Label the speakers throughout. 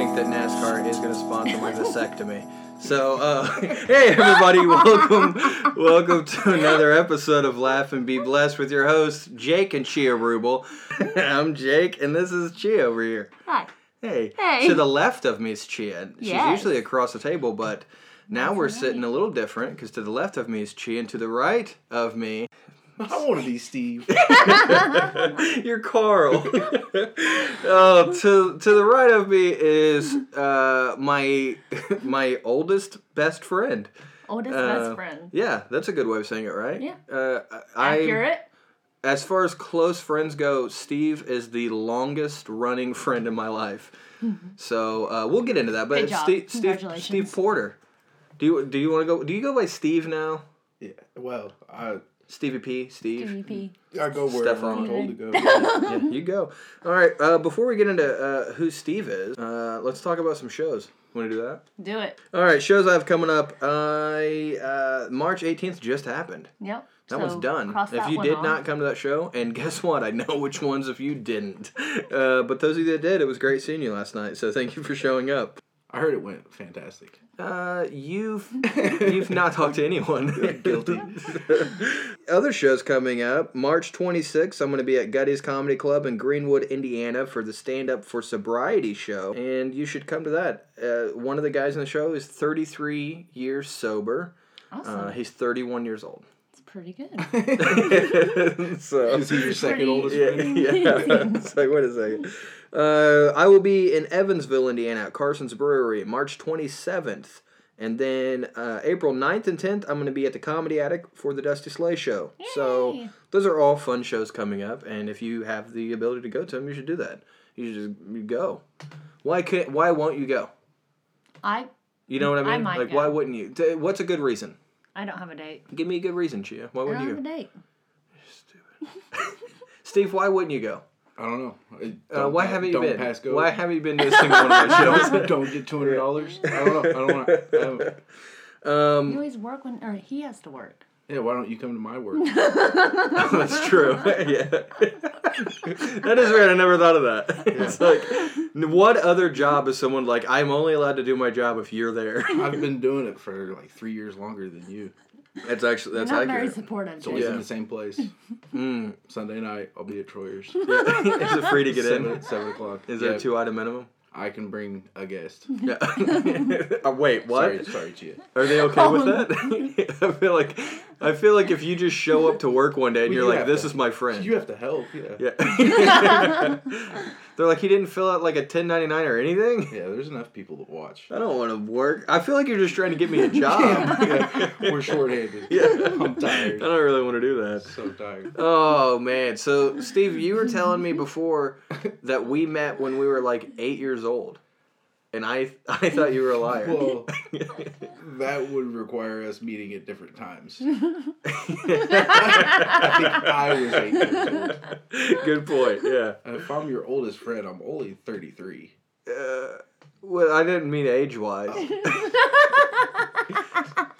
Speaker 1: NASCAR is going to sponsor my vasectomy. So, uh, hey everybody, welcome, welcome to another episode of Laugh and Be Blessed with your hosts Jake and Chia Rubel. I'm Jake, and this is Chia over here.
Speaker 2: Hi.
Speaker 1: Hey.
Speaker 2: Hey.
Speaker 1: To the left of me is Chia. She's
Speaker 2: Yes.
Speaker 1: usually across the table, but now we're sitting a little different because to the left of me is Chia, and to the right of me,
Speaker 3: I want to be Steve.
Speaker 1: you're Carl. uh, to to the right of me is uh, my my oldest best friend.
Speaker 2: Oldest
Speaker 1: Uh,
Speaker 2: best friend.
Speaker 1: Yeah, that's a good way of saying it, right?
Speaker 2: Yeah.
Speaker 1: Uh, I
Speaker 2: Accurate.
Speaker 1: as far as close friends go, Steve is the longest running friend in my life. So uh, we'll get into that. But
Speaker 2: Mm-hmm. Good
Speaker 1: it's
Speaker 2: job.
Speaker 1: Steve, Steve,
Speaker 2: Congratulations.
Speaker 1: Steve Porter. Do you do you want to go? Do you go by Steve now?
Speaker 3: yeah. Well, I
Speaker 1: Stevie P. Steve.
Speaker 2: PvP.
Speaker 3: I go wherever
Speaker 1: Stefan.
Speaker 3: I'm told to go.
Speaker 1: yeah, you go. All right. Uh, before we get into uh, who Steve is, uh, let's talk about some shows. Want to do that?
Speaker 2: Do it.
Speaker 1: All right, shows I have coming up. I uh, March eighteenth just happened.
Speaker 2: Yep.
Speaker 1: That
Speaker 2: so
Speaker 1: one's done.
Speaker 2: Cross
Speaker 1: If
Speaker 2: that
Speaker 1: you
Speaker 2: one
Speaker 1: did
Speaker 2: off.
Speaker 1: not come to that show, and guess what? I know which ones if you didn't. Uh, but those of you that did, it was great seeing you last night. So thank you for showing up.
Speaker 3: I heard it went fantastic.
Speaker 1: Uh, you've you've not talked to anyone.
Speaker 3: Guilty.
Speaker 1: Other shows coming up. March 26th, I'm going to be at Gutty's Comedy Club in Greenwood, Indiana for the Stand Up for Sobriety show. And you should come to that. Uh, one of the guys in the show is 33 years sober.
Speaker 2: Awesome.
Speaker 1: Uh, he's 31 years old.
Speaker 2: it's pretty good.
Speaker 1: so
Speaker 3: Is he your second
Speaker 2: Pretty-
Speaker 3: oldest
Speaker 1: yeah,
Speaker 3: friend?
Speaker 1: yeah. it's like, wait a second. Uh, I will be in Evansville, Indiana, at Carson's Brewery, March 27th. And then uh, April 9th and 10th, I'm going to be at the Comedy Attic for the Dusty Slay Show. So
Speaker 2: Yay.
Speaker 1: those are all fun shows coming up. And if you have the ability to go to them, you should do that. You should just go. Why can't? Why won't you go?
Speaker 2: I
Speaker 1: You know what I
Speaker 2: I
Speaker 1: mean?
Speaker 2: might
Speaker 1: like,
Speaker 2: go.
Speaker 1: why wouldn't you? T- What's a good reason?
Speaker 2: I don't have a date.
Speaker 1: Give me a good reason, Chia. Why
Speaker 2: I
Speaker 1: wouldn't
Speaker 2: don't
Speaker 1: you Hmm.
Speaker 2: have a
Speaker 1: go?
Speaker 2: date.
Speaker 1: Steve, why wouldn't you go?
Speaker 3: I don't know. I-
Speaker 1: Uh,
Speaker 3: don't
Speaker 1: why
Speaker 3: pa-
Speaker 1: haven't you
Speaker 3: don't
Speaker 1: been?
Speaker 3: Pass go.
Speaker 1: Why haven't you been to a single one of my shows?
Speaker 3: don't, don't get two hundred dollars. I don't know. I don't want. I don't-
Speaker 2: You always work when, or he has to work.
Speaker 3: yeah. Why don't you come to my work?
Speaker 1: That's true. yeah. that is weird. I never thought of that. It's like, n- what other job is someone like, I'm only allowed to do my job if you're there?
Speaker 3: I've been doing it for like three years longer than you.
Speaker 1: That's actually, that's
Speaker 2: Not very
Speaker 1: accurate.
Speaker 2: supportive.
Speaker 3: It's always
Speaker 2: Jake.
Speaker 1: Yeah.
Speaker 3: in the same place. Hmm. Sunday night, I'll be at Troyer's.
Speaker 1: is it free to get
Speaker 3: Seven,
Speaker 1: in?
Speaker 3: seven o'clock.
Speaker 1: Is there
Speaker 3: Yeah,
Speaker 1: a two item minimum?
Speaker 3: I can bring a guest.
Speaker 1: Yeah. Uh, wait, what?
Speaker 3: Sorry, sorry, Chia.
Speaker 1: Are they okay with that? I feel like, I feel like if you just show up to work one day and
Speaker 3: Well,
Speaker 1: you're
Speaker 3: you
Speaker 1: like,
Speaker 3: have
Speaker 1: this
Speaker 3: to-
Speaker 1: is my friend.
Speaker 3: You have to help. Yeah.
Speaker 1: yeah. They're like, he didn't fill out like a 1099 or anything?
Speaker 3: Yeah, there's enough people to watch.
Speaker 1: I don't want to work. I feel like you're just trying to get me a job.
Speaker 3: Yeah, we're shorthanded. I'm
Speaker 1: I
Speaker 3: tired.
Speaker 1: don't really want to do that.
Speaker 3: So tired.
Speaker 1: Oh man. So Steve, you were telling me before that we met when we were like 8 years old. And I I thought you were a liar.
Speaker 3: Well, that would require us meeting at different times. I think I was eight years old.
Speaker 1: Good point. Yeah.
Speaker 3: If I'm your oldest friend, I'm only 33.
Speaker 1: Well, I didn't mean age-wise.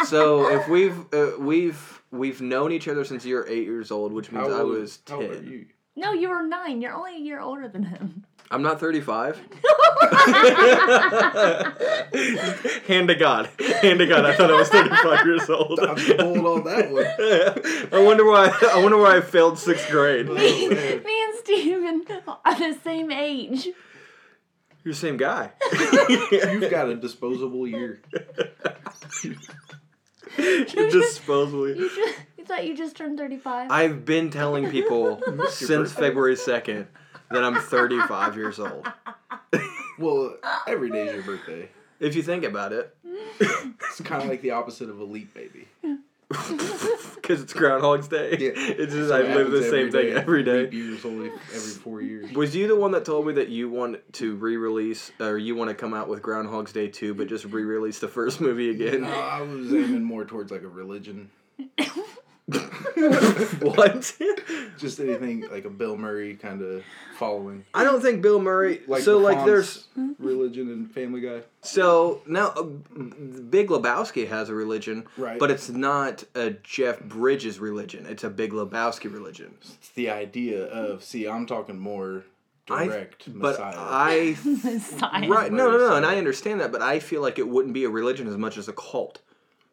Speaker 1: so if we've uh, we've we've known each other since you were 8 years old, which means I
Speaker 3: old-
Speaker 1: was
Speaker 3: How old are
Speaker 1: 10.
Speaker 3: you?
Speaker 2: No, you were nine. You're only a year older than him.
Speaker 1: I'm not 35. Hand to God. Hand to God. I thought I was 35 years old.
Speaker 3: I'm old on that one.
Speaker 1: I wonder why. I wonder why I failed sixth grade.
Speaker 3: Oh,
Speaker 2: Me
Speaker 3: man.
Speaker 2: and Steven are the same age.
Speaker 1: You're the same guy.
Speaker 3: You've got a disposable year.
Speaker 1: Disposable.
Speaker 2: You just you thought you just turned 35?
Speaker 1: I've been telling people since February 2nd that I'm 35 years old.
Speaker 3: Well, every day's your birthday.
Speaker 1: If you think about it,
Speaker 3: It's kind of like the opposite of a leap baby.
Speaker 1: because it's Groundhog's Day.
Speaker 3: Yeah.
Speaker 1: It's just I live the same thing every day.
Speaker 3: Leap year's only every four years.
Speaker 1: Was you the one that told me that you want to re-release or you want to come out with Groundhog's Day 2 but just re-release the first movie again?
Speaker 3: No, I was aiming more towards like a religion.
Speaker 1: what?
Speaker 3: Just anything like a Bill Murray kind of following.
Speaker 1: I don't think Bill Murray
Speaker 3: Like
Speaker 1: so
Speaker 3: the
Speaker 1: like
Speaker 3: Fonz
Speaker 1: there's
Speaker 3: religion and Family Guy.
Speaker 1: so now uh, Big Lebowski has a religion,
Speaker 3: Right.
Speaker 1: but it's not a Jeff Bridges religion. It's a Big Lebowski religion.
Speaker 3: It's the idea of see, I'm talking more
Speaker 1: I-
Speaker 3: direct
Speaker 1: But
Speaker 3: Messiah.
Speaker 1: I
Speaker 2: Messiah.
Speaker 1: Right. No, no,
Speaker 3: Murder
Speaker 1: no. And I
Speaker 3: side.
Speaker 1: understand that, but I feel like it wouldn't be a religion as much as a cult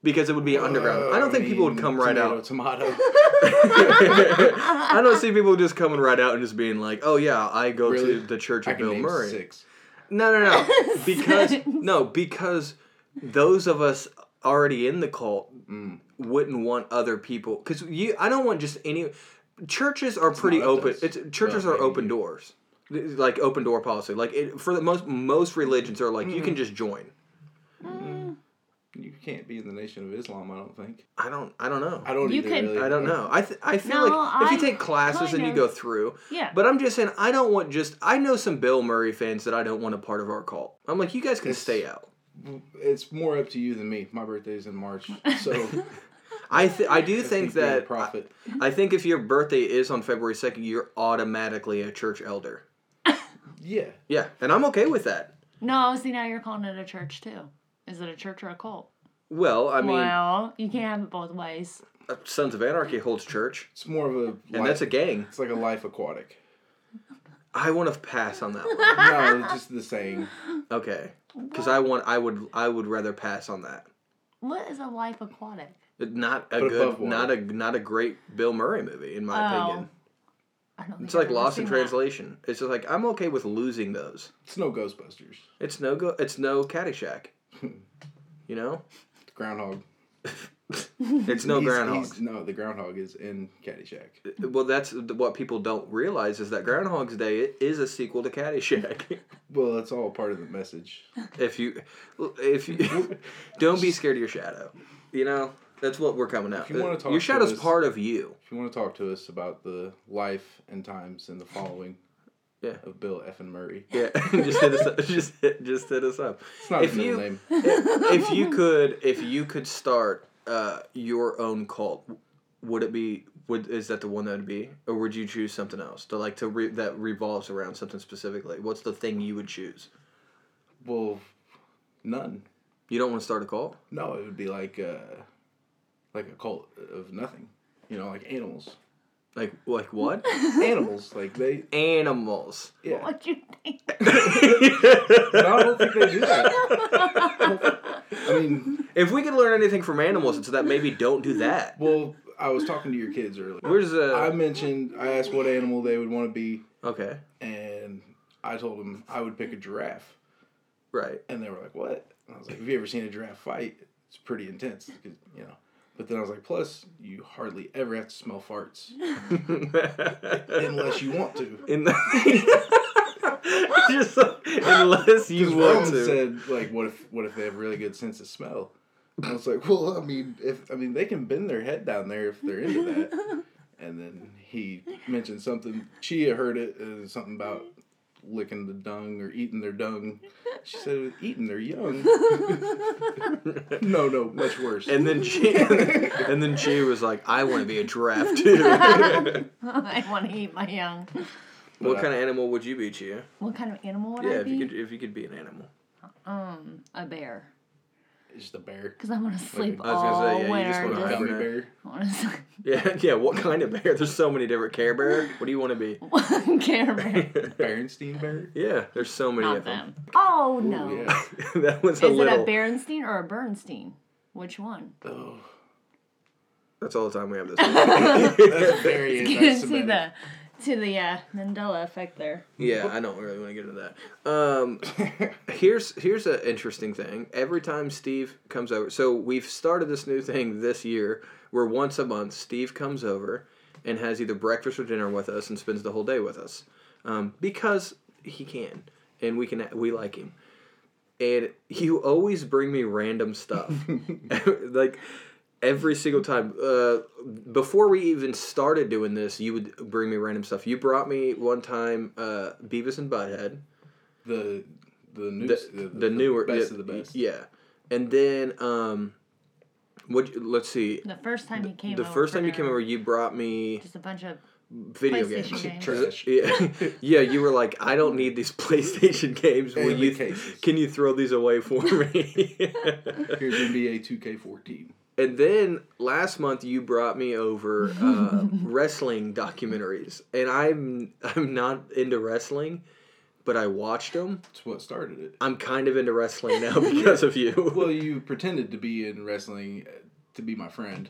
Speaker 1: because it would be underground. I don't think people would
Speaker 3: mean,
Speaker 1: come right
Speaker 3: tomato,
Speaker 1: out.
Speaker 3: Tomato.
Speaker 1: I don't see people just coming right out and just being like, "Oh yeah, I go
Speaker 3: Really?
Speaker 1: to the church
Speaker 3: I
Speaker 1: of
Speaker 3: can
Speaker 1: Bill
Speaker 3: name
Speaker 1: Murray."
Speaker 3: six.
Speaker 1: No, no, no. Because
Speaker 2: Six.
Speaker 1: no, because those of us already in the cult
Speaker 3: Mm.
Speaker 1: wouldn't want other people because you. I don't want just any. Churches are pretty
Speaker 3: not up to
Speaker 1: open.
Speaker 3: us.
Speaker 1: It's churches
Speaker 3: Well,
Speaker 1: are open
Speaker 3: maybe.
Speaker 1: doors, like open door policy. Like it, for the most most religions are like you can just join.
Speaker 3: You can't be in the Nation of Islam. I don't think.
Speaker 1: I don't. I don't know.
Speaker 3: I don't.
Speaker 2: You
Speaker 3: either,
Speaker 2: could-
Speaker 3: really.
Speaker 1: I don't know. I th- I feel
Speaker 2: No,
Speaker 1: like if you
Speaker 2: I
Speaker 1: take classes and
Speaker 2: kind
Speaker 1: you
Speaker 2: of-
Speaker 1: go through,
Speaker 2: Yeah.
Speaker 1: but I'm just saying I don't want just I know some Bill Murray fans that I don't want a part of our cult. I'm like you guys can
Speaker 3: It's-
Speaker 1: stay out.
Speaker 3: It's more up to you than me. My birthday's in March, so
Speaker 1: I th- I do think
Speaker 3: you're a
Speaker 1: that I,
Speaker 3: prophet.
Speaker 1: I think if your birthday is on February 2nd, you're automatically a church elder.
Speaker 3: Yeah,
Speaker 1: Yeah, and I'm okay with that.
Speaker 2: no, see now you're calling it a church too. Is it a church or a cult?
Speaker 1: Well, I mean,
Speaker 2: well, you can't have it both ways.
Speaker 1: uh, Sons of Anarchy holds church,
Speaker 3: it's more of a.
Speaker 1: and that's a gang.
Speaker 3: It's like a life aquatic.
Speaker 1: I want to pass on that one.
Speaker 3: No, it's just the saying.
Speaker 1: Okay, because I want I would I would rather pass on that.
Speaker 2: What is a life aquatic?
Speaker 1: Not a
Speaker 3: But above
Speaker 1: good,
Speaker 3: water.
Speaker 1: not a not a great Bill Murray movie in my
Speaker 2: Oh.
Speaker 1: opinion.
Speaker 2: I don't think
Speaker 1: It's
Speaker 2: I've
Speaker 1: like
Speaker 2: ever
Speaker 1: Lost in
Speaker 2: seen that.
Speaker 1: Translation. It's just like I'm okay with losing those.
Speaker 3: It's no Ghostbusters.
Speaker 1: It's no go. It's no Caddyshack. You know,
Speaker 3: The groundhog.
Speaker 1: it's no
Speaker 3: He's-
Speaker 1: groundhogs.
Speaker 3: he's- No, the groundhog is in Caddyshack.
Speaker 1: Well, that's th- what people don't realize is that Groundhog's Day i- is a sequel to Caddyshack.
Speaker 3: Well, it's all part of the message.
Speaker 1: if you, if you, don't be scared of your shadow. You know, that's what we're coming out. Uh,
Speaker 3: If you wanna talk
Speaker 1: your
Speaker 3: to
Speaker 1: shadow's
Speaker 3: us-
Speaker 1: part of you.
Speaker 3: If you want to talk to us about the life and times and the following
Speaker 1: Yeah.
Speaker 3: of Bill F. and Murray,
Speaker 1: Yeah, just hit us up. Just hit, just hit us up.
Speaker 3: it's not
Speaker 1: If
Speaker 3: his middle
Speaker 1: you-
Speaker 3: name.
Speaker 1: if you could, if you could start uh, your own cult, would it be? Would is that the one that would be, or would you choose something else to like to re, that revolves around something specifically? What's the thing you would choose?
Speaker 3: Well, none.
Speaker 1: You don't want to start a cult.
Speaker 3: No, it would be like uh, like a cult of nothing. You know, like animals.
Speaker 1: Like like what?
Speaker 3: Animals, like they.
Speaker 1: Animals.
Speaker 3: Yeah.
Speaker 2: What you think?
Speaker 3: No, I don't think they do that. I mean,
Speaker 1: If we could learn anything from animals, it's that maybe don't do that.
Speaker 3: well, I was talking to your kids earlier.
Speaker 1: Where's
Speaker 3: I
Speaker 1: the
Speaker 3: mentioned I asked what animal they would want to be,
Speaker 1: okay?
Speaker 3: and I told them I would pick a giraffe.
Speaker 1: Right.
Speaker 3: And they were like, "What?" And I was like, "Have you ever seen a giraffe fight? It's pretty intense, 'cause, you know." But then I was like, "Plus, you hardly ever have to smell farts unless you want to."
Speaker 1: In the just like, unless you want
Speaker 3: Someone
Speaker 1: to.
Speaker 3: said, "Like, what if what if they have really good sense of smell?" And I was like, "Well, I mean, if I mean they can bend their head down there if they're into that." And then he mentioned something. Chia heard it, uh, something about licking the dung or eating their dung. She said, "Eating their young." no, no, much worse.
Speaker 1: And then she, and then she was like, "I want to be a giraffe too."
Speaker 2: I want to eat my young.
Speaker 1: what kind of animal would you be, Chia?
Speaker 2: What kind of animal would
Speaker 1: uh, Yeah,
Speaker 2: I
Speaker 1: if
Speaker 2: be?
Speaker 1: you could, if you could be an animal.
Speaker 2: Um, a bear.
Speaker 3: Just a bear.
Speaker 2: Because I want to sleep
Speaker 1: I was gonna
Speaker 2: all
Speaker 1: say, yeah, you just
Speaker 2: winter.
Speaker 1: wanna
Speaker 2: just-
Speaker 1: hibernate.
Speaker 3: Gummy bear.
Speaker 2: I wanna sleep-
Speaker 1: Yeah, yeah. What kind of bear? There's so many different Care Bear. What do you want to be?
Speaker 2: Care Bear.
Speaker 3: Berenstein bear.
Speaker 1: Yeah, there's so many
Speaker 2: Not
Speaker 1: of them.
Speaker 2: them. Oh no.
Speaker 3: Yeah.
Speaker 1: that was a
Speaker 2: Is
Speaker 1: little.
Speaker 2: it a Berenstein or a Bernstein? Which one?
Speaker 3: Oh,
Speaker 1: That's all the time we have this.
Speaker 3: that's very
Speaker 2: Get to
Speaker 3: anti-Semitic.
Speaker 2: the to the uh, Mandela effect there.
Speaker 1: yeah, I don't really want to get into that. Um, here's here's an interesting thing. Every time Steve comes over, so we've started this new thing this year where once a month Steve comes over and has either breakfast or dinner with us and spends the whole day with us um, because he can and we can we like him. And he will always bring me random stuff, like every single time. Uh, before we even started doing this, you would bring me random stuff. You brought me one time uh, Beavis and Butthead
Speaker 3: the the new
Speaker 1: the, the, newer
Speaker 3: best
Speaker 1: yeah,
Speaker 3: of the best.
Speaker 1: Yeah, and then um, what? Let's see.
Speaker 2: The first time he came.
Speaker 1: The
Speaker 2: over
Speaker 1: first
Speaker 2: for
Speaker 1: time you came
Speaker 2: dinner,
Speaker 1: over, you brought me
Speaker 2: just a bunch of
Speaker 1: video games.
Speaker 2: PlayStation games.
Speaker 3: Trash.
Speaker 1: Yeah, yeah. You were like, I don't need these PlayStation games. Will
Speaker 3: And the
Speaker 1: you?
Speaker 3: cases.
Speaker 1: Can you throw these away for me?
Speaker 3: Here's NBA 2K14.
Speaker 1: And then last month you brought me over uh, wrestling documentaries, and I'm I'm not into wrestling, but I watched them.
Speaker 3: It's what started it.
Speaker 1: I'm kind of into wrestling now because of you.
Speaker 3: Well, you pretended to be in wrestling uh, to be my friend.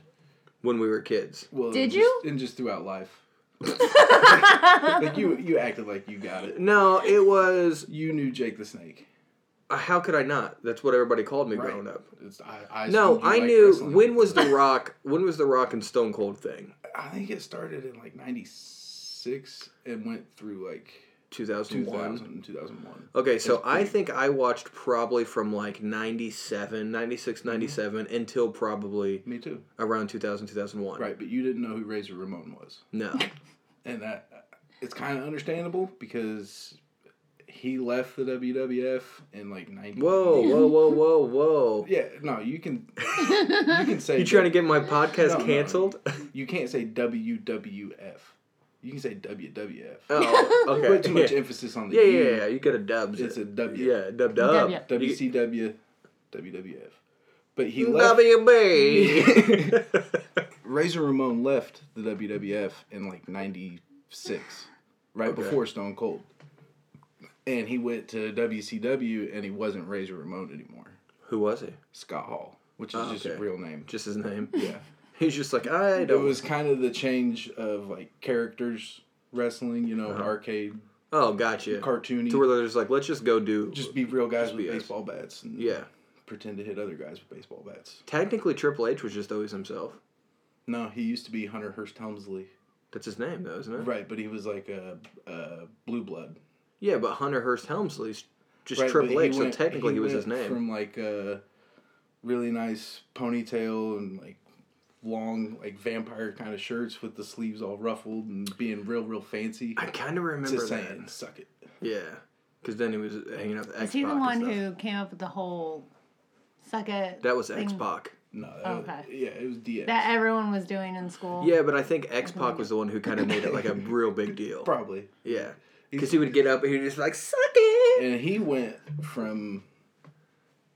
Speaker 1: When we were kids,
Speaker 3: Well,
Speaker 2: Did
Speaker 3: just,
Speaker 2: you?
Speaker 3: And just throughout life, like you, you acted like you got it.
Speaker 1: no, it was
Speaker 3: You knew Jake the Snake.
Speaker 1: uh, how could I not? That's what everybody called me
Speaker 3: Right.
Speaker 1: growing up.
Speaker 3: It's, I, I
Speaker 1: No,
Speaker 3: assumed you
Speaker 1: I
Speaker 3: liked
Speaker 1: knew
Speaker 3: wrestling.
Speaker 1: when was the Rock when was the Rock and Stone Cold thing?
Speaker 3: I think it started in like '96 and went through like
Speaker 1: 2001.
Speaker 3: 2000, 2001.
Speaker 1: Okay, so
Speaker 3: It's
Speaker 1: I
Speaker 3: pretty-
Speaker 1: think I watched probably from like 97, 96, 97 until probably
Speaker 3: Me too.
Speaker 1: around 2000, 2001.
Speaker 3: Right, but you didn't know who Razor Ramon was,
Speaker 1: No.
Speaker 3: and that it's kind of understandable because he left the WWF in like '90.
Speaker 1: Whoa, whoa, whoa, whoa, whoa.
Speaker 3: Yeah, no, you can you can say
Speaker 1: You trying to
Speaker 3: that-
Speaker 1: get my
Speaker 3: No,
Speaker 1: podcast
Speaker 3: no.
Speaker 1: canceled?
Speaker 3: you can't say WWF. You can say WWF.
Speaker 1: Oh, okay.
Speaker 3: Put too much
Speaker 1: yeah.
Speaker 3: emphasis on the
Speaker 1: yeah,
Speaker 3: U.
Speaker 1: yeah, yeah. You could have dubbed
Speaker 3: It's
Speaker 1: it.
Speaker 3: a W.
Speaker 1: Yeah, dub dub.
Speaker 2: Dub,
Speaker 1: You-
Speaker 3: WCW, WWF. But he left.
Speaker 1: WB.
Speaker 3: Razor Ramon left the WWF in like '96, right
Speaker 1: Okay.
Speaker 3: before Stone Cold, and he went to WCW, and he wasn't Razor Ramon anymore.
Speaker 1: Who was he?
Speaker 3: Scott Hall, which is
Speaker 1: Oh,
Speaker 3: just his
Speaker 1: okay.
Speaker 3: real name.
Speaker 1: Just his name.
Speaker 3: Yeah.
Speaker 1: He's just like, I
Speaker 3: It
Speaker 1: don't.
Speaker 3: was kind of the change of like characters wrestling, you
Speaker 1: Uh-huh.
Speaker 3: know, arcade,
Speaker 1: oh, gotcha.
Speaker 3: cartoony.
Speaker 1: to where they're just like, let's just go do.
Speaker 3: just be real guys
Speaker 1: be
Speaker 3: with
Speaker 1: us.
Speaker 3: baseball bats and
Speaker 1: yeah.
Speaker 3: pretend to hit other guys with baseball bats.
Speaker 1: Technically, Triple H was just always himself.
Speaker 3: No, he used to be Hunter Hurst Helmsley.
Speaker 1: That's his name, though, isn't it?
Speaker 3: Right, but he was like a, a blue blood.
Speaker 1: Yeah, but Hunter Hearst Helmsley's just
Speaker 3: Right,
Speaker 1: Triple
Speaker 3: but he
Speaker 1: H,
Speaker 3: went-
Speaker 1: so technically he, was
Speaker 3: went
Speaker 1: his name.
Speaker 3: From like a really nice ponytail and like long like vampire kind of shirts with the sleeves all ruffled and being real real fancy.
Speaker 1: I kind of remember
Speaker 3: Just
Speaker 1: that.
Speaker 3: saying, suck it.
Speaker 1: Yeah, because then he was hanging out with X
Speaker 2: Is he the one
Speaker 1: stuff.
Speaker 2: who came up with the whole suck it?
Speaker 1: That was
Speaker 2: thing
Speaker 1: X Pac.
Speaker 3: No, that was-
Speaker 2: Okay.
Speaker 3: yeah, it was DX.
Speaker 2: That everyone was doing in school.
Speaker 1: Yeah, but I think X Pac was the one who kind of made it like a real big deal.
Speaker 3: Probably.
Speaker 1: Yeah, because he would get up and he'd just be like suck it.
Speaker 3: and he went from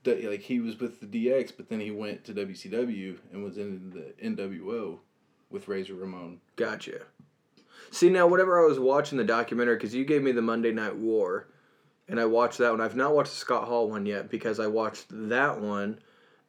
Speaker 3: the, like he was with the DX, but then he went to WCW and was in the NWO with Razor Ramon.
Speaker 1: Gotcha. See now, whenever I was watching the documentary, because you gave me the Monday Night War, and I watched that one. I've not watched the Scott Hall one yet because I watched that one,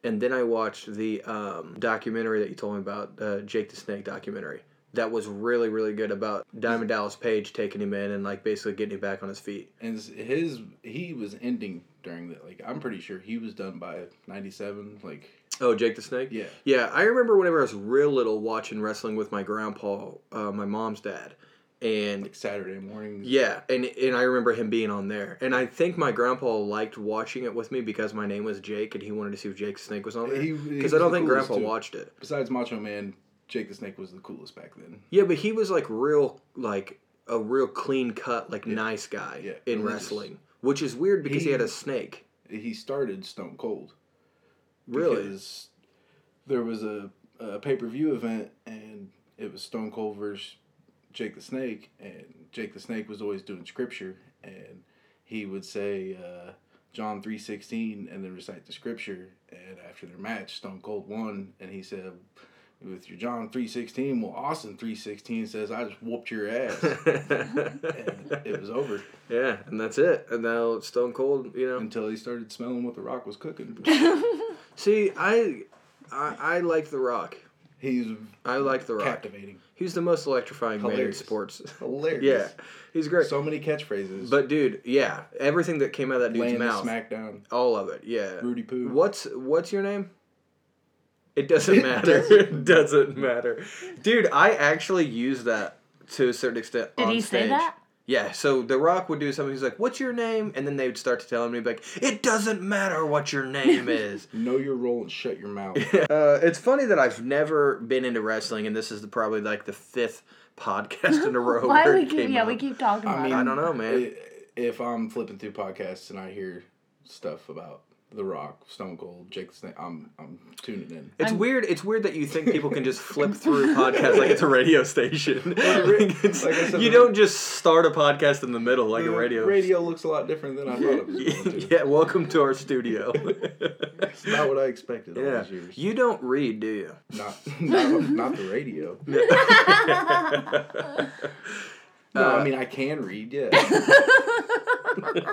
Speaker 1: and then I watched the um, documentary that you told me about, uh, Jake the Snake documentary. That was really really good about Diamond Dallas Page taking him in and like basically getting him back on his feet.
Speaker 3: And s- his he was ending during that. Like I'm pretty sure he was done by '97. Like
Speaker 1: Oh, Jake the Snake.
Speaker 3: yeah,
Speaker 1: Yeah, I remember whenever I was real little watching wrestling with my grandpa, uh, my mom's dad, and
Speaker 3: like Saturday mornings.
Speaker 1: yeah, and and I remember him being on there, and I think my grandpa liked watching it with me because my name was Jake, and he wanted to see if Jake Snake was on
Speaker 3: He-
Speaker 1: there.
Speaker 3: he
Speaker 1: Because I don't
Speaker 3: was the
Speaker 1: think
Speaker 3: coolest
Speaker 1: grandpa
Speaker 3: dude.
Speaker 1: watched it.
Speaker 3: Besides Macho Man, Jake the Snake was the coolest back then.
Speaker 1: Yeah, but he was like real, like a real clean cut, like nice guy
Speaker 3: Yeah,
Speaker 1: in
Speaker 3: religious.
Speaker 1: wrestling, which is weird because he,
Speaker 3: He-
Speaker 1: had a snake.
Speaker 3: He started Stone Cold.
Speaker 1: Really?
Speaker 3: Because there was a, a pay per view event and it was Stone Cold versus Jake the Snake, and Jake the Snake was always doing scripture, and he would say uh, John three sixteen, and then recite the scripture. And after their match, Stone Cold won, and he said, "With your John three sixteen, well, Austin three sixteen says I just whooped your ass." and it was over
Speaker 1: yeah, and that's it. And now Stone Cold, you know,
Speaker 3: until he started smelling what The Rock was cooking.
Speaker 1: see, I, I, I like The Rock.
Speaker 3: He's
Speaker 1: I like The Rock.
Speaker 3: captivating,
Speaker 1: He's the most electrifying man in
Speaker 3: Hilarious.
Speaker 1: sports. yeah,
Speaker 3: hilarious.
Speaker 1: he's great.
Speaker 3: so many catchphrases.
Speaker 1: but dude, yeah, everything that came out of that dude's
Speaker 3: laying the
Speaker 1: mouth,
Speaker 3: smackdown,
Speaker 1: all of it. Yeah.
Speaker 3: Rudy Poo.
Speaker 1: What's what's your name? It doesn't
Speaker 3: It
Speaker 1: matter. It doesn't matter, dude. I actually use that to a certain extent
Speaker 2: Did
Speaker 1: on
Speaker 2: he
Speaker 1: stage.
Speaker 2: say that?
Speaker 1: Yeah, so The Rock would do something. He's like, "What's your name?" And then they would start to tell him, and he'd be like, "It doesn't matter what your name is."
Speaker 3: Know your role and shut your mouth.
Speaker 1: Uh, it's funny that I've never been into wrestling, and this is the, probably like the fifth podcast in a row.
Speaker 2: Why
Speaker 1: where
Speaker 2: we
Speaker 1: it
Speaker 2: keep?
Speaker 1: came
Speaker 2: Yeah,
Speaker 1: up.
Speaker 2: we keep talking about
Speaker 1: I
Speaker 2: it.
Speaker 1: don't know, man.
Speaker 3: i- If I'm flipping through podcasts and I hear stuff about The Rock, Stone Cold, Jake the Snake. I'm I'm tuning in.
Speaker 1: It's
Speaker 2: I'm-
Speaker 1: weird. It's weird that you think people can just flip through podcasts like it's a radio station. Like, it's-
Speaker 3: like I said,
Speaker 1: you
Speaker 3: the-
Speaker 1: don't just start a podcast in the middle like a
Speaker 3: The
Speaker 1: radio.
Speaker 3: Radio looks a lot different than I thought it was going to.
Speaker 1: yeah, welcome to our studio.
Speaker 3: It's not what I expected all
Speaker 1: yeah,
Speaker 3: these years.
Speaker 1: you don't read, do you?
Speaker 3: Not, not not the radio. No,
Speaker 1: uh,
Speaker 3: I mean I can read. Yeah,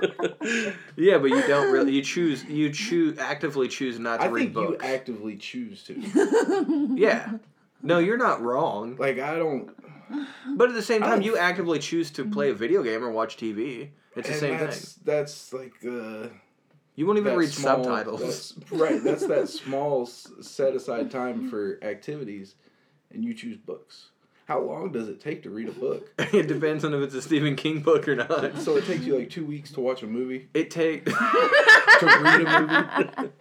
Speaker 1: Yeah, but you don't really. You choose. You choose actively choose not to
Speaker 3: I
Speaker 1: read
Speaker 3: think you
Speaker 1: books.
Speaker 3: actively choose to.
Speaker 1: yeah. No, you're not wrong.
Speaker 3: Like I don't.
Speaker 1: But at the same
Speaker 3: I
Speaker 1: time,
Speaker 3: don't-
Speaker 1: you actively choose to play a video game or watch TV. It's the
Speaker 3: and
Speaker 1: same
Speaker 3: that's,
Speaker 1: thing.
Speaker 3: That's like uh,
Speaker 1: You won't even
Speaker 3: that
Speaker 1: read
Speaker 3: small-
Speaker 1: subtitles.
Speaker 3: that's- right, that's that small s- set aside time for activities, and you choose books. How long does it take to read a book?
Speaker 1: it depends on if it's a Stephen King book or not.
Speaker 3: So it takes you like two weeks to watch a movie,
Speaker 1: It takes.
Speaker 3: to read a movie.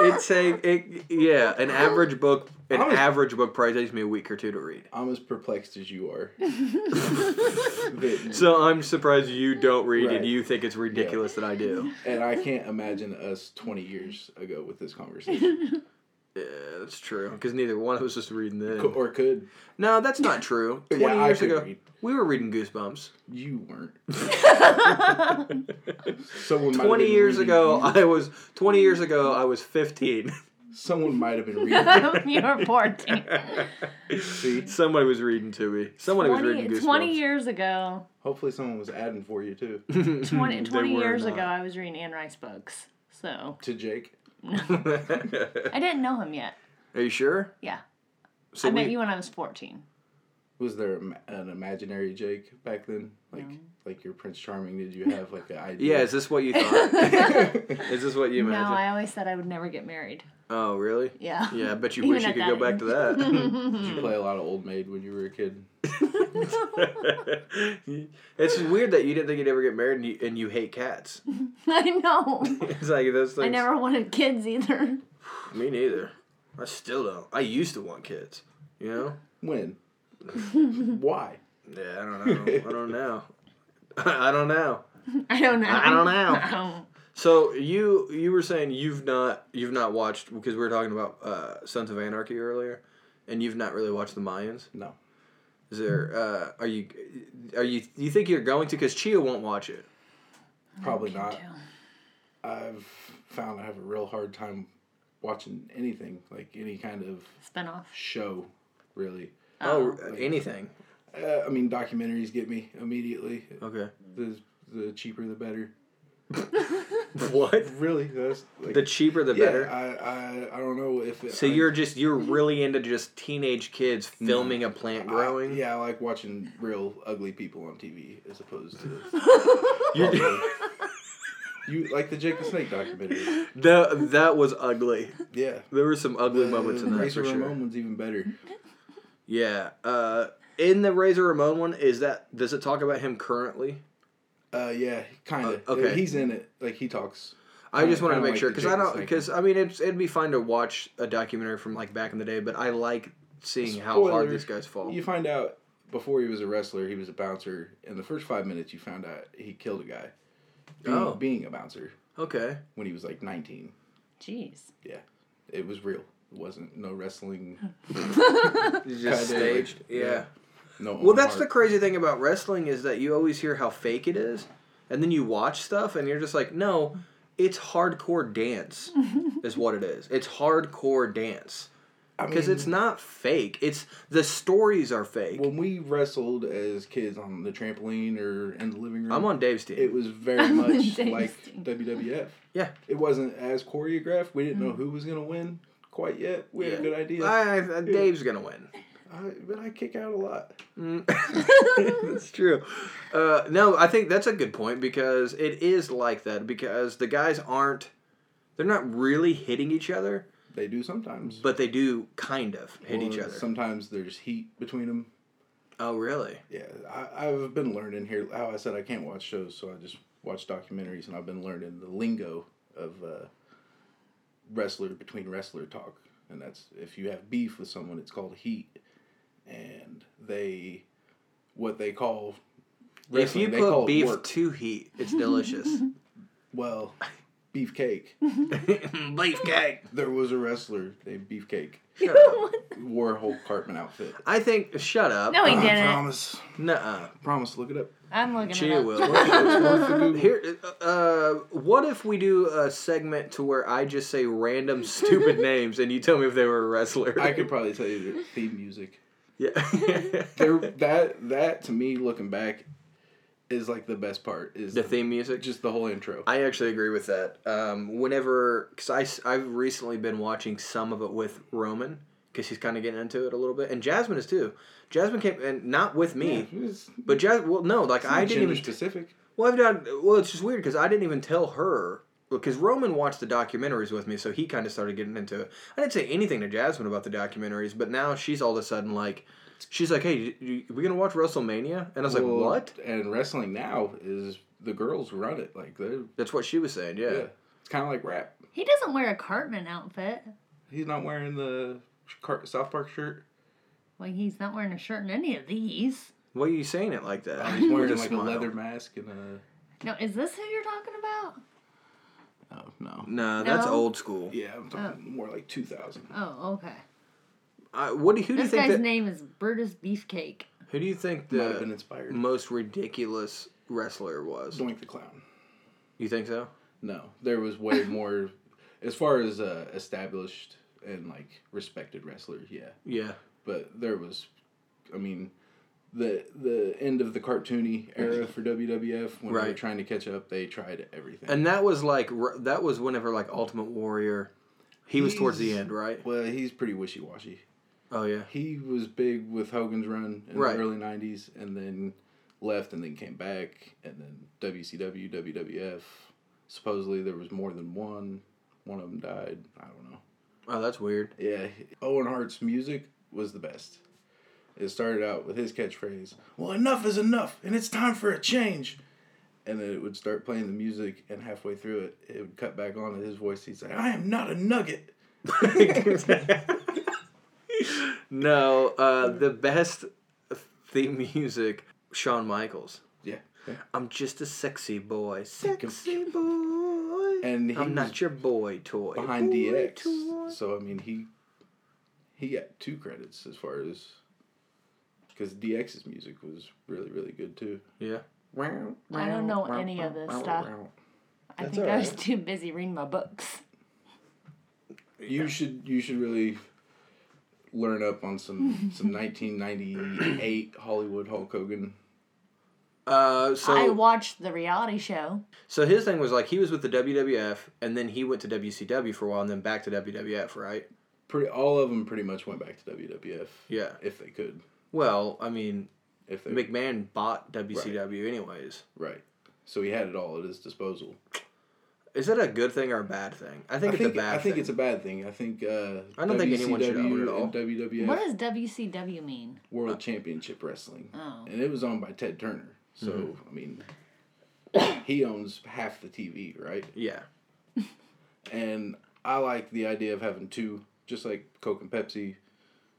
Speaker 1: it take it yeah an average book an
Speaker 3: I was-
Speaker 1: average book probably takes me a week or two to read.
Speaker 3: I'm as perplexed as you are. That-
Speaker 1: So I'm surprised you don't read
Speaker 3: Right.
Speaker 1: and you think it's ridiculous that I do.
Speaker 3: and I can't imagine us 20 years ago with this conversation,
Speaker 1: Yeah, that's true. Because neither one of us was reading then.
Speaker 3: Co- or could
Speaker 1: No, that's not true. Twenty
Speaker 3: I
Speaker 1: years
Speaker 3: could
Speaker 1: ago,
Speaker 3: read.
Speaker 1: we were reading Goosebumps.
Speaker 3: you weren't. Someone might have
Speaker 1: Twenty
Speaker 3: been
Speaker 1: years
Speaker 3: reading
Speaker 1: ago,
Speaker 3: you.
Speaker 1: I was twenty years ago. I was fifteen.
Speaker 3: someone might have been reading.
Speaker 2: you were 14.
Speaker 3: See,
Speaker 1: Somebody was reading to me. Somebody was reading
Speaker 2: 20,
Speaker 1: Goosebumps.
Speaker 2: 20 years ago,
Speaker 3: hopefully someone was adding for you too.
Speaker 2: 20,
Speaker 1: Hmm, They
Speaker 2: 20
Speaker 1: were
Speaker 2: years
Speaker 1: not.
Speaker 2: ago, I was reading Anne Rice books. So
Speaker 3: to Jake.
Speaker 2: I didn't know him yet.
Speaker 1: Are you sure?
Speaker 2: Yeah.
Speaker 1: So
Speaker 2: I met
Speaker 1: we-
Speaker 2: you when I was 14.
Speaker 3: Was there a ma- an imaginary Jake back then? Like like your Prince Charming? Did you have like an
Speaker 1: Yeah,
Speaker 3: idea?
Speaker 1: is this what you thought? is this what you
Speaker 2: No,
Speaker 1: imagined?
Speaker 2: I always said I would never get married.
Speaker 1: Oh, really?
Speaker 2: Yeah.
Speaker 1: Yeah, I bet you
Speaker 2: Even
Speaker 1: wish you
Speaker 2: at
Speaker 1: could
Speaker 2: that
Speaker 1: go back to that.
Speaker 3: Did you play a lot of Old Maid when you were a kid?
Speaker 1: it's weird that you didn't think you'd ever get married and you, and you hate cats.
Speaker 2: I know.
Speaker 1: It's like those things.
Speaker 2: I never wanted kids either.
Speaker 1: Me neither. I still don't. I used to want kids. You know?
Speaker 3: When? Why?
Speaker 1: Yeah, I don't know. I don't know. I don't know.
Speaker 2: I don't know.
Speaker 1: I don't know.
Speaker 2: Um,
Speaker 1: So you you were saying you've not you've not watched because we were talking about uh, Sons of Anarchy earlier, and you've not really watched the Mayans.
Speaker 3: No.
Speaker 1: Is there? Uh, are you? Are you? You think you're going to? Because Chia won't watch it.
Speaker 3: Probably not. I've found I have a real hard time watching anything, like any kind of
Speaker 2: Spinoff.
Speaker 3: show, really.
Speaker 1: Oh, anything.
Speaker 3: Uh, I mean, documentaries get me immediately.
Speaker 1: Okay.
Speaker 3: The, the cheaper, the better.
Speaker 1: What?
Speaker 3: Really? That's like,
Speaker 1: The cheaper the
Speaker 3: yeah,
Speaker 1: better.
Speaker 3: I, I, I don't know if it,
Speaker 1: so
Speaker 3: I-
Speaker 1: you're just you're really into just teenage kids filming a plant
Speaker 3: I-
Speaker 1: growing.
Speaker 3: yeah, I like watching real ugly people on TV as opposed to. you like the Jake the Snake documentary?
Speaker 1: That that was ugly.
Speaker 3: Yeah.
Speaker 1: There were some ugly
Speaker 3: The
Speaker 1: moments in that
Speaker 3: Razor
Speaker 1: for sure.
Speaker 3: Ramon one's even better.
Speaker 1: Yeah. Uh, in the Razor Ramon one, is that does it talk about him currently?
Speaker 3: Uh, yeah, kind of.
Speaker 1: Uh, okay.
Speaker 3: he's in it. Like he talks.
Speaker 1: I just wanted to
Speaker 3: Kinda- kinda
Speaker 1: make
Speaker 3: like
Speaker 1: sure
Speaker 3: the
Speaker 1: 'cause sure
Speaker 3: Jake the
Speaker 1: because I don't
Speaker 3: Snake
Speaker 1: because I mean it's it'd be fun to watch a documentary from like back in the day, but I like seeing how hard
Speaker 3: Spoiler,
Speaker 1: these guys fall.
Speaker 3: You find out before he was a wrestler, he was a bouncer. In the first five minutes, you found out he killed a guy. Being,
Speaker 1: Oh.
Speaker 3: being a bouncer
Speaker 1: Okay.
Speaker 3: when he was like 19.
Speaker 2: Jeez.
Speaker 3: Yeah, it was real. It wasn't no wrestling.
Speaker 1: Just
Speaker 3: Kinda like-
Speaker 1: staged. yeah.
Speaker 3: No.
Speaker 1: Well, that's the crazy thing about wrestling is that you always hear how fake it is, and then you watch stuff and you're just like, no, it's hardcore dance, is what it is. It's hardcore dance because it's not fake. It's the stories are fake.
Speaker 3: when we wrestled as kids on the trampoline or in the living room.
Speaker 1: I'm on Dave's team.
Speaker 3: It was very much
Speaker 2: Dave's
Speaker 3: like
Speaker 2: team.
Speaker 3: WWF.
Speaker 1: yeah,
Speaker 3: It wasn't as choreographed. We didn't know who was gonna win quite yet. We had a good idea.
Speaker 1: I, I, Dave's gonna win.
Speaker 3: I, but I kick out a lot.
Speaker 1: That's true. Uh, no, I think that's a good point because it is like that because the guys aren't. They're not really hitting each other,
Speaker 3: They do sometimes.
Speaker 1: but they do kind of hit each
Speaker 3: Well,
Speaker 1: other.
Speaker 3: Sometimes there's heat between them.
Speaker 1: oh, really?
Speaker 3: Yeah, I, I've been learning here. How I said I can't watch shows, so I just watch documentaries, and I've been learning the lingo of uh, wrestler between wrestler talk. And that's if you have beef with someone, it's called heat. And they, what they call,
Speaker 1: If
Speaker 3: wrestling,
Speaker 1: you
Speaker 3: they
Speaker 1: put
Speaker 3: call it
Speaker 1: beef
Speaker 3: work.
Speaker 1: to heat, it's delicious.
Speaker 3: well, Beefcake.
Speaker 1: Beefcake.
Speaker 3: There was a wrestler named Beefcake. Wore a whole Cartman outfit.
Speaker 1: I think. Shut up.
Speaker 2: No, he
Speaker 3: I
Speaker 2: didn't.
Speaker 3: promise.
Speaker 1: Nuh-uh.
Speaker 3: Promise. Look it up.
Speaker 2: I'm looking it
Speaker 1: Chia
Speaker 2: up.
Speaker 1: will.
Speaker 3: What's the Google?
Speaker 1: Here, uh, what if we do a segment to where I just say random stupid names and you tell me if they were a wrestler?
Speaker 3: I could probably tell you the theme music.
Speaker 1: Yeah.
Speaker 3: There, that that to me, looking back, is like the best part. Is
Speaker 1: the theme music.
Speaker 3: just the whole intro.
Speaker 1: I actually agree with that. Um, whenever, because I have recently been watching some of it with Roman because he's kind of getting into it a little bit, and Jasmine is too. Jasmine came and not with me,
Speaker 3: It was-
Speaker 1: but Jas. Well, no, like I
Speaker 3: It's not
Speaker 1: didn't
Speaker 3: gender
Speaker 1: even.
Speaker 3: specific.
Speaker 1: Well, I've done. Well, it's just weird because I didn't even tell her because Roman watched the documentaries with me, so he kind of started getting into it. I didn't say anything to Jasmine about the documentaries, but now she's all of a sudden like, she's like, "Hey, you, you, we gonna watch WrestleMania?" And I was
Speaker 3: Well,
Speaker 1: like, "What?"
Speaker 3: And wrestling now is the girls run it. Like they're
Speaker 1: That's what she was saying. Yeah.
Speaker 3: yeah. It's kind of like rap.
Speaker 2: He doesn't wear a Cartman outfit.
Speaker 3: He's not wearing the Car- South Park shirt.
Speaker 2: Like he's not wearing a shirt in any of these.
Speaker 1: Why are you saying it like that?
Speaker 3: He's wearing
Speaker 1: Just
Speaker 3: like
Speaker 1: smile.
Speaker 3: a leather mask and a.
Speaker 2: No, is this who you're talking about?
Speaker 3: Oh no.
Speaker 1: No, that's
Speaker 2: No?
Speaker 1: old school.
Speaker 3: Yeah, I'm talking more like 2000.
Speaker 2: Oh, okay.
Speaker 1: I, what do, who do you
Speaker 2: This
Speaker 1: think
Speaker 2: guy's
Speaker 1: that,
Speaker 2: name is Brutus Beefcake.
Speaker 1: who do you think
Speaker 3: Might have been
Speaker 1: the
Speaker 3: inspired.
Speaker 1: most ridiculous wrestler was?
Speaker 3: Doink the clown.
Speaker 1: You think so?
Speaker 3: No, there was way more, as far as uh, established and like respected wrestlers. Yeah,
Speaker 1: Yeah.
Speaker 3: but there was, I mean, the the end of the cartoony era for WWF when they were
Speaker 1: Right.
Speaker 3: trying to catch up, they tried everything.
Speaker 1: And that was like r- that was whenever like Ultimate Warrior, he was towards the
Speaker 3: He's-
Speaker 1: end, right?
Speaker 3: well, he's pretty wishy washy.
Speaker 1: Oh yeah.
Speaker 3: He was big with Hogan's run in
Speaker 1: Right.
Speaker 3: the early '90s, and then left, and then came back, and then WCW, WWF. Supposedly there was more than one. One of them died. I don't know.
Speaker 1: Oh, that's weird.
Speaker 3: Yeah, Owen Hart's music was the best. It started out with his catchphrase, "Well, enough is enough, and it's time for a change." And then it would start playing the music, and halfway through it, it would cut back on to his voice. He'd say, "I am not a nugget."
Speaker 1: no, uh, the best theme music, Shawn Michaels.
Speaker 3: Yeah,
Speaker 1: I'm just a sexy boy, sexy boy.
Speaker 3: and he
Speaker 1: I'm
Speaker 3: was
Speaker 1: not your boy toy.
Speaker 3: behind
Speaker 1: boy
Speaker 3: DX,
Speaker 1: toy.
Speaker 3: so I mean he he got two credits as far as because DX's music was really really good too.
Speaker 1: Yeah.
Speaker 2: I don't know any of this stuff. I
Speaker 3: That's
Speaker 2: think I was
Speaker 3: alright.
Speaker 2: too busy reading my books.
Speaker 3: You should you should really learn up on some some 1998 Hollywood Hulk Hogan.
Speaker 1: Uh, so
Speaker 2: I watched the reality show.
Speaker 1: So his thing was like he was with the WWF, and then he went to WCW for a while, and then back to WWF, right?
Speaker 3: Pretty all of them pretty much went back to WWF.
Speaker 1: Yeah.
Speaker 3: if they could.
Speaker 1: Well, I mean,
Speaker 3: If they
Speaker 1: McMahon bought WCW anyways.
Speaker 3: right, so he had it all at his disposal.
Speaker 1: Is that a good thing or a bad thing? I think
Speaker 3: I
Speaker 1: it's
Speaker 3: think
Speaker 1: a bad
Speaker 3: I think
Speaker 1: thing.
Speaker 3: it's a bad thing. I think uh,
Speaker 1: I don't think anyone should own it
Speaker 3: WCW
Speaker 1: all.
Speaker 3: and WWF
Speaker 2: What does WCW mean?
Speaker 3: World Championship Wrestling,
Speaker 2: Oh.
Speaker 3: and it was owned by Ted Turner. So
Speaker 1: Mm-hmm.
Speaker 3: I mean, he owns half the TV, right?
Speaker 1: yeah.
Speaker 3: and I like the idea of having two, just like Coke and Pepsi,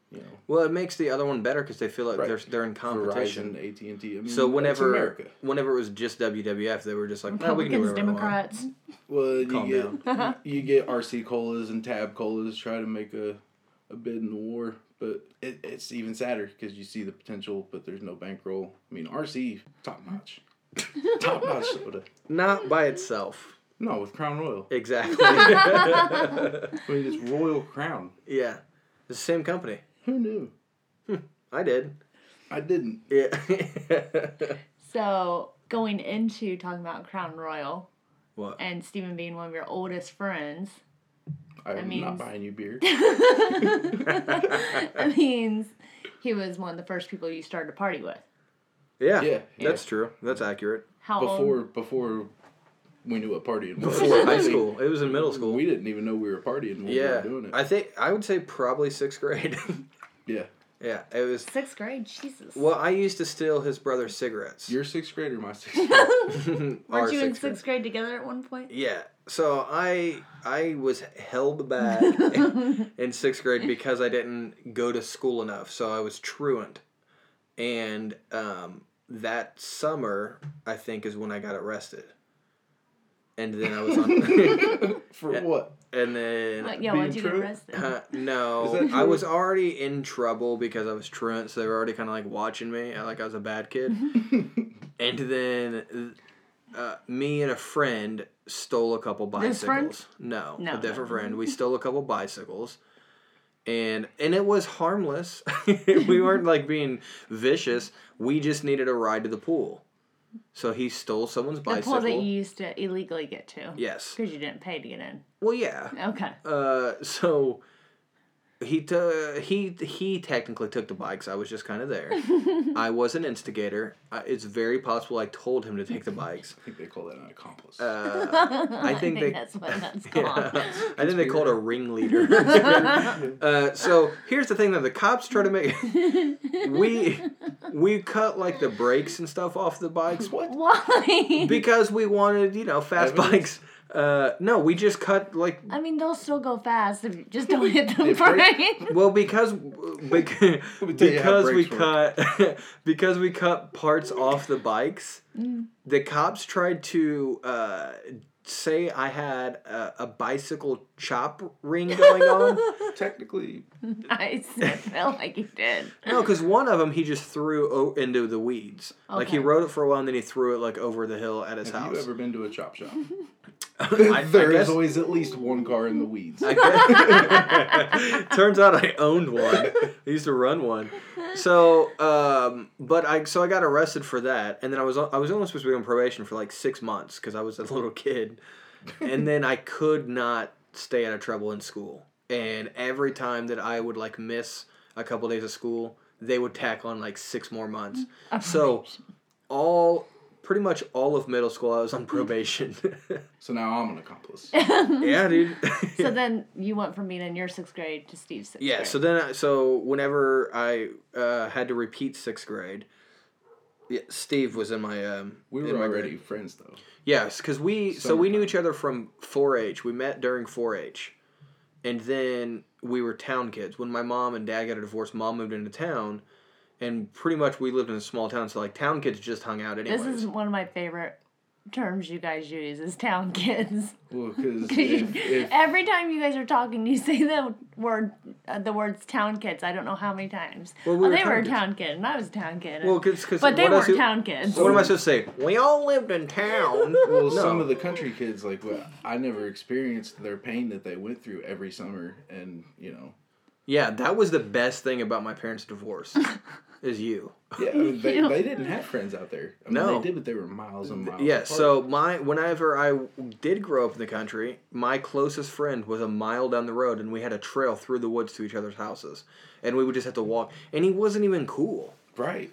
Speaker 3: you know,
Speaker 1: Well, it makes the other one better because they feel like
Speaker 3: Right.
Speaker 1: they're they're in competition.
Speaker 3: Verizon, AT and T. I mean,
Speaker 1: So
Speaker 3: it's
Speaker 1: whenever
Speaker 3: America,
Speaker 1: whenever it was just WWF, they were just like, no, we can do
Speaker 2: Republicans,
Speaker 1: whatever we want."
Speaker 2: Democrats.
Speaker 3: well,
Speaker 1: Calm
Speaker 3: you get you get RC colas and Tab colas try to make a a bid in the war, but it, it's even sadder because you see the potential, but there's no bankroll. I mean, RC top notch, top notch soda.
Speaker 1: Not by itself.
Speaker 3: No, with Crown Royal.
Speaker 1: Exactly.
Speaker 3: I mean, it's Royal Crown.
Speaker 1: yeah. It's the same company.
Speaker 3: Who knew?
Speaker 1: I did.
Speaker 3: I didn't.
Speaker 1: Yeah.
Speaker 2: So going into talking about Crown Royal
Speaker 1: what?
Speaker 2: and Stephen being one of your oldest friends,
Speaker 3: I'm
Speaker 2: means-
Speaker 3: not buying you beer.
Speaker 2: that means he was one of the first people you started to party with.
Speaker 1: Yeah.
Speaker 3: Yeah, yeah.
Speaker 1: That's true. That's accurate.
Speaker 2: How
Speaker 3: before
Speaker 2: old?
Speaker 3: before we knew what partying was.
Speaker 1: before high school. It was in middle school.
Speaker 3: We didn't even know we were partying when we were
Speaker 1: yeah,
Speaker 3: doing it.
Speaker 1: I think I would say probably sixth grade.
Speaker 3: yeah.
Speaker 1: yeah, it was.
Speaker 2: Sixth grade. Jesus.
Speaker 1: Well, I used to steal his brother's cigarettes.
Speaker 3: Your sixth grade or my sixth grade?
Speaker 1: Our
Speaker 2: Weren't you in sixth grade together at one point?
Speaker 1: Yeah, so I I was held back in sixth grade because I didn't go to school enough, so I was truant, and um, that summer I think is when I got arrested, and then I was on.
Speaker 3: For what?
Speaker 1: and then
Speaker 2: What, yeah,
Speaker 3: Being
Speaker 2: why'd you get
Speaker 3: true?
Speaker 2: arrested?
Speaker 1: Uh, no,
Speaker 3: Is that
Speaker 1: I was already in trouble because I was truant, so they were already kind of like watching me, uh, like I was a bad kid. and then uh, me and a friend stole a couple bicycles.
Speaker 2: This friend?
Speaker 1: No, a
Speaker 2: No,
Speaker 1: different
Speaker 2: no.
Speaker 1: friend. We stole a couple bicycles. And and it was harmless. we weren't like being vicious. We just needed a ride to the pool. So he stole someone's
Speaker 2: the
Speaker 1: bicycle.
Speaker 2: pool that you used to illegally get to.
Speaker 1: yes.
Speaker 2: Because you didn't pay to get in.
Speaker 1: Well, yeah.
Speaker 2: Okay.
Speaker 1: Uh, so he t- he he technically took the bikes. I was just kind of there. I was an instigator. I, it's very possible I told him to take the bikes.
Speaker 3: I think they call that an accomplice.
Speaker 1: Uh, I think they.
Speaker 2: that's what that's
Speaker 1: Yeah.
Speaker 2: called.
Speaker 1: I think they called a ringleader. uh, so here's the thing, though: the cops try to make we we cut like the brakes and stuff off the bikes. What?
Speaker 2: Why?
Speaker 1: Because we wanted, you know, fast
Speaker 3: Evidence?
Speaker 1: bikes. Uh, no, we just cut like
Speaker 2: I mean, they'll still go fast if you just don't hit the
Speaker 3: If they-
Speaker 2: brake.
Speaker 1: Well, because because,
Speaker 3: tell you how
Speaker 1: because we
Speaker 3: brakes work.
Speaker 1: cut because we cut parts off the bikes, the cops tried to uh, say I had a, a bicycle chop ring going on.
Speaker 3: Technically,
Speaker 2: nice. I feel like you did.
Speaker 1: no, because one of them he just threw o- into the weeds. Like he
Speaker 2: Okay.
Speaker 1: rode it for a while and then he threw it like over the hill at his
Speaker 3: have
Speaker 1: house.
Speaker 3: you ever been to a chop shop?
Speaker 1: I- I
Speaker 3: there is
Speaker 1: guess-
Speaker 3: always at least one car in the weeds.
Speaker 1: Turns out I owned one. I used to run one. So, um, but I so I got arrested for that, and then I was I was only supposed to be on probation for like six months because I was a little kid, and then I could not stay out of trouble in school. And every time that I would like miss a couple days of school, they would tack on like six more months. So, all pretty much all of middle school, I was on probation.
Speaker 3: so now I'm an accomplice.
Speaker 1: yeah, dude.
Speaker 2: So then you went from being in your sixth grade to Steve's sixth
Speaker 1: Yeah.
Speaker 2: grade.
Speaker 1: So then, I, so whenever I uh, had to repeat sixth grade, yeah, Steve was in my. Um,
Speaker 3: We
Speaker 1: in
Speaker 3: were
Speaker 1: my
Speaker 3: already
Speaker 1: grade.
Speaker 3: friends though.
Speaker 1: Yes, because we so we knew each other from 4-H. We met during 4-H, and then we were town kids. When my mom and dad got a divorce, mom moved into town, and pretty much we lived in a small town. So like town kids just hung out anyways.
Speaker 2: this is one of my favorite terms you guys use is town kids.
Speaker 3: Well, because if, if
Speaker 2: Every time you guys are talking, you say the word, uh, the words "town kids." I don't know how many times.
Speaker 1: Well, we
Speaker 2: oh,
Speaker 1: were
Speaker 2: they
Speaker 1: town
Speaker 2: were a
Speaker 1: kids.
Speaker 2: town kid, and I was a town kid.
Speaker 1: well, because because
Speaker 2: but they weren't town kids.
Speaker 1: What am I supposed to say? We all lived in town.
Speaker 3: well,
Speaker 1: No.
Speaker 3: some of the country kids like well, I never experienced their pain that they went through every summer, and you know,
Speaker 1: Yeah, that was the best thing about my parents' divorce. is you.
Speaker 3: yeah, I mean, they,
Speaker 2: You-
Speaker 3: they didn't have friends out there. I mean,
Speaker 1: No.
Speaker 3: they did, but they were miles and miles.
Speaker 1: Yeah,
Speaker 3: apart.
Speaker 1: so my whenever I did grow up in the country, my closest friend was a mile down the road and we had a trail through the woods to each other's houses. And we would just have to walk and he wasn't even cool.
Speaker 3: right,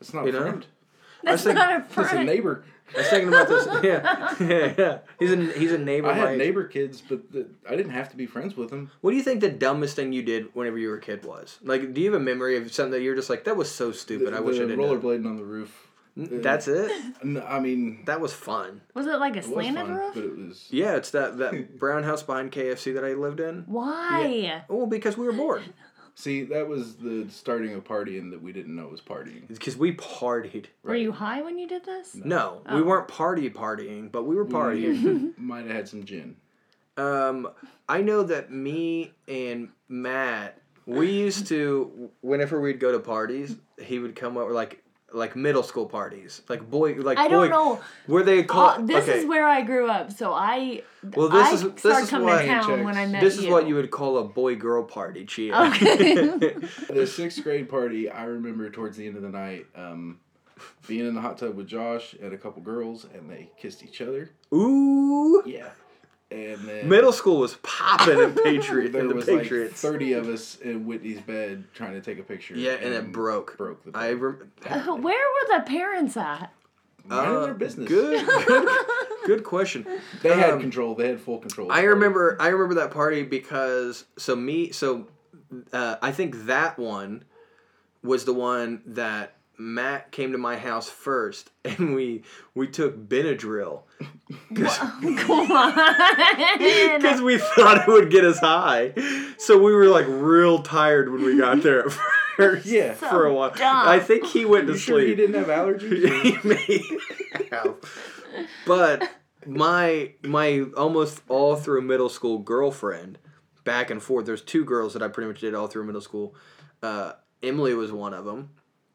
Speaker 3: it's not
Speaker 1: You
Speaker 3: a
Speaker 1: know?
Speaker 3: friend.
Speaker 2: That's
Speaker 1: I was
Speaker 2: not a
Speaker 3: It's a
Speaker 2: friend.
Speaker 3: neighbor.
Speaker 1: I was thinking about this. Yeah. Yeah. yeah. He's a he's a neighbor.
Speaker 3: I
Speaker 1: my-
Speaker 3: had neighbor kids, but the, I didn't have to be friends with them.
Speaker 1: What do you think the dumbest thing you did whenever you were a kid was? Like do you have a memory of something that you're just like that was so stupid.
Speaker 3: the,
Speaker 1: I wish I
Speaker 3: the
Speaker 1: didn't. do
Speaker 3: rollerblading on the roof.
Speaker 1: that." That's it?
Speaker 3: N- I mean,
Speaker 1: That was fun.
Speaker 2: was it like a
Speaker 3: it was
Speaker 2: slanted
Speaker 3: fun,
Speaker 2: roof?
Speaker 3: but it was.
Speaker 1: Yeah, it's that that brown house behind KFC that I lived in.
Speaker 2: Why?
Speaker 1: Well, because we were bored.
Speaker 3: See, that was the starting of partying that we didn't know was partying.
Speaker 1: Because we partied.
Speaker 2: Were you high when you did this?
Speaker 1: No,
Speaker 2: Oh.
Speaker 1: we weren't party partying, but we were partying.
Speaker 3: Partying might have had some gin.
Speaker 1: um, I know that me and Matt, we used to whenever we'd go to parties, he would come over like like middle school parties, like boy, like
Speaker 2: I
Speaker 1: boy,
Speaker 2: don't know.
Speaker 1: where they
Speaker 2: Uh,
Speaker 1: call.
Speaker 2: this
Speaker 1: okay,
Speaker 2: is where I grew up, so I
Speaker 1: Well, this
Speaker 2: I
Speaker 1: is- this
Speaker 2: started
Speaker 1: is
Speaker 2: coming
Speaker 1: why-
Speaker 2: to town when I met
Speaker 1: this is what you would call a boy girl party, Chia.
Speaker 2: Okay.
Speaker 3: The sixth grade party, I remember towards the end of the night, um, being in the hot tub with Josh and a couple girls, and they kissed each other.
Speaker 1: Ooh,
Speaker 3: Yeah. And then
Speaker 1: middle school was popping in Patriot
Speaker 3: there
Speaker 1: in the
Speaker 3: was
Speaker 1: Patriots.
Speaker 3: like thirty of us in Whitney's bed trying to take a picture.
Speaker 1: yeah, and it broke.
Speaker 3: Broke the.
Speaker 1: I rem-
Speaker 2: Where were the parents at?
Speaker 3: Mind
Speaker 1: Uh,
Speaker 3: their business.
Speaker 1: Good, good, good question.
Speaker 3: They had
Speaker 1: Um,
Speaker 3: control. They had full control.
Speaker 1: I remember I remember that party because so me so uh, I think that one was the one that Matt came to my house first and we we took Benadryl
Speaker 2: Come on.
Speaker 1: because we thought it would get us high. So we were like real tired when we got there at first
Speaker 3: Yeah.
Speaker 1: for a while.
Speaker 2: dumb.
Speaker 1: I think he went to
Speaker 3: You
Speaker 1: sleep.
Speaker 3: sure you didn't have allergies?
Speaker 1: He may have. But my my almost all through middle school girlfriend back and forth there's two girls that i pretty much did all through middle school uh, emily was one of them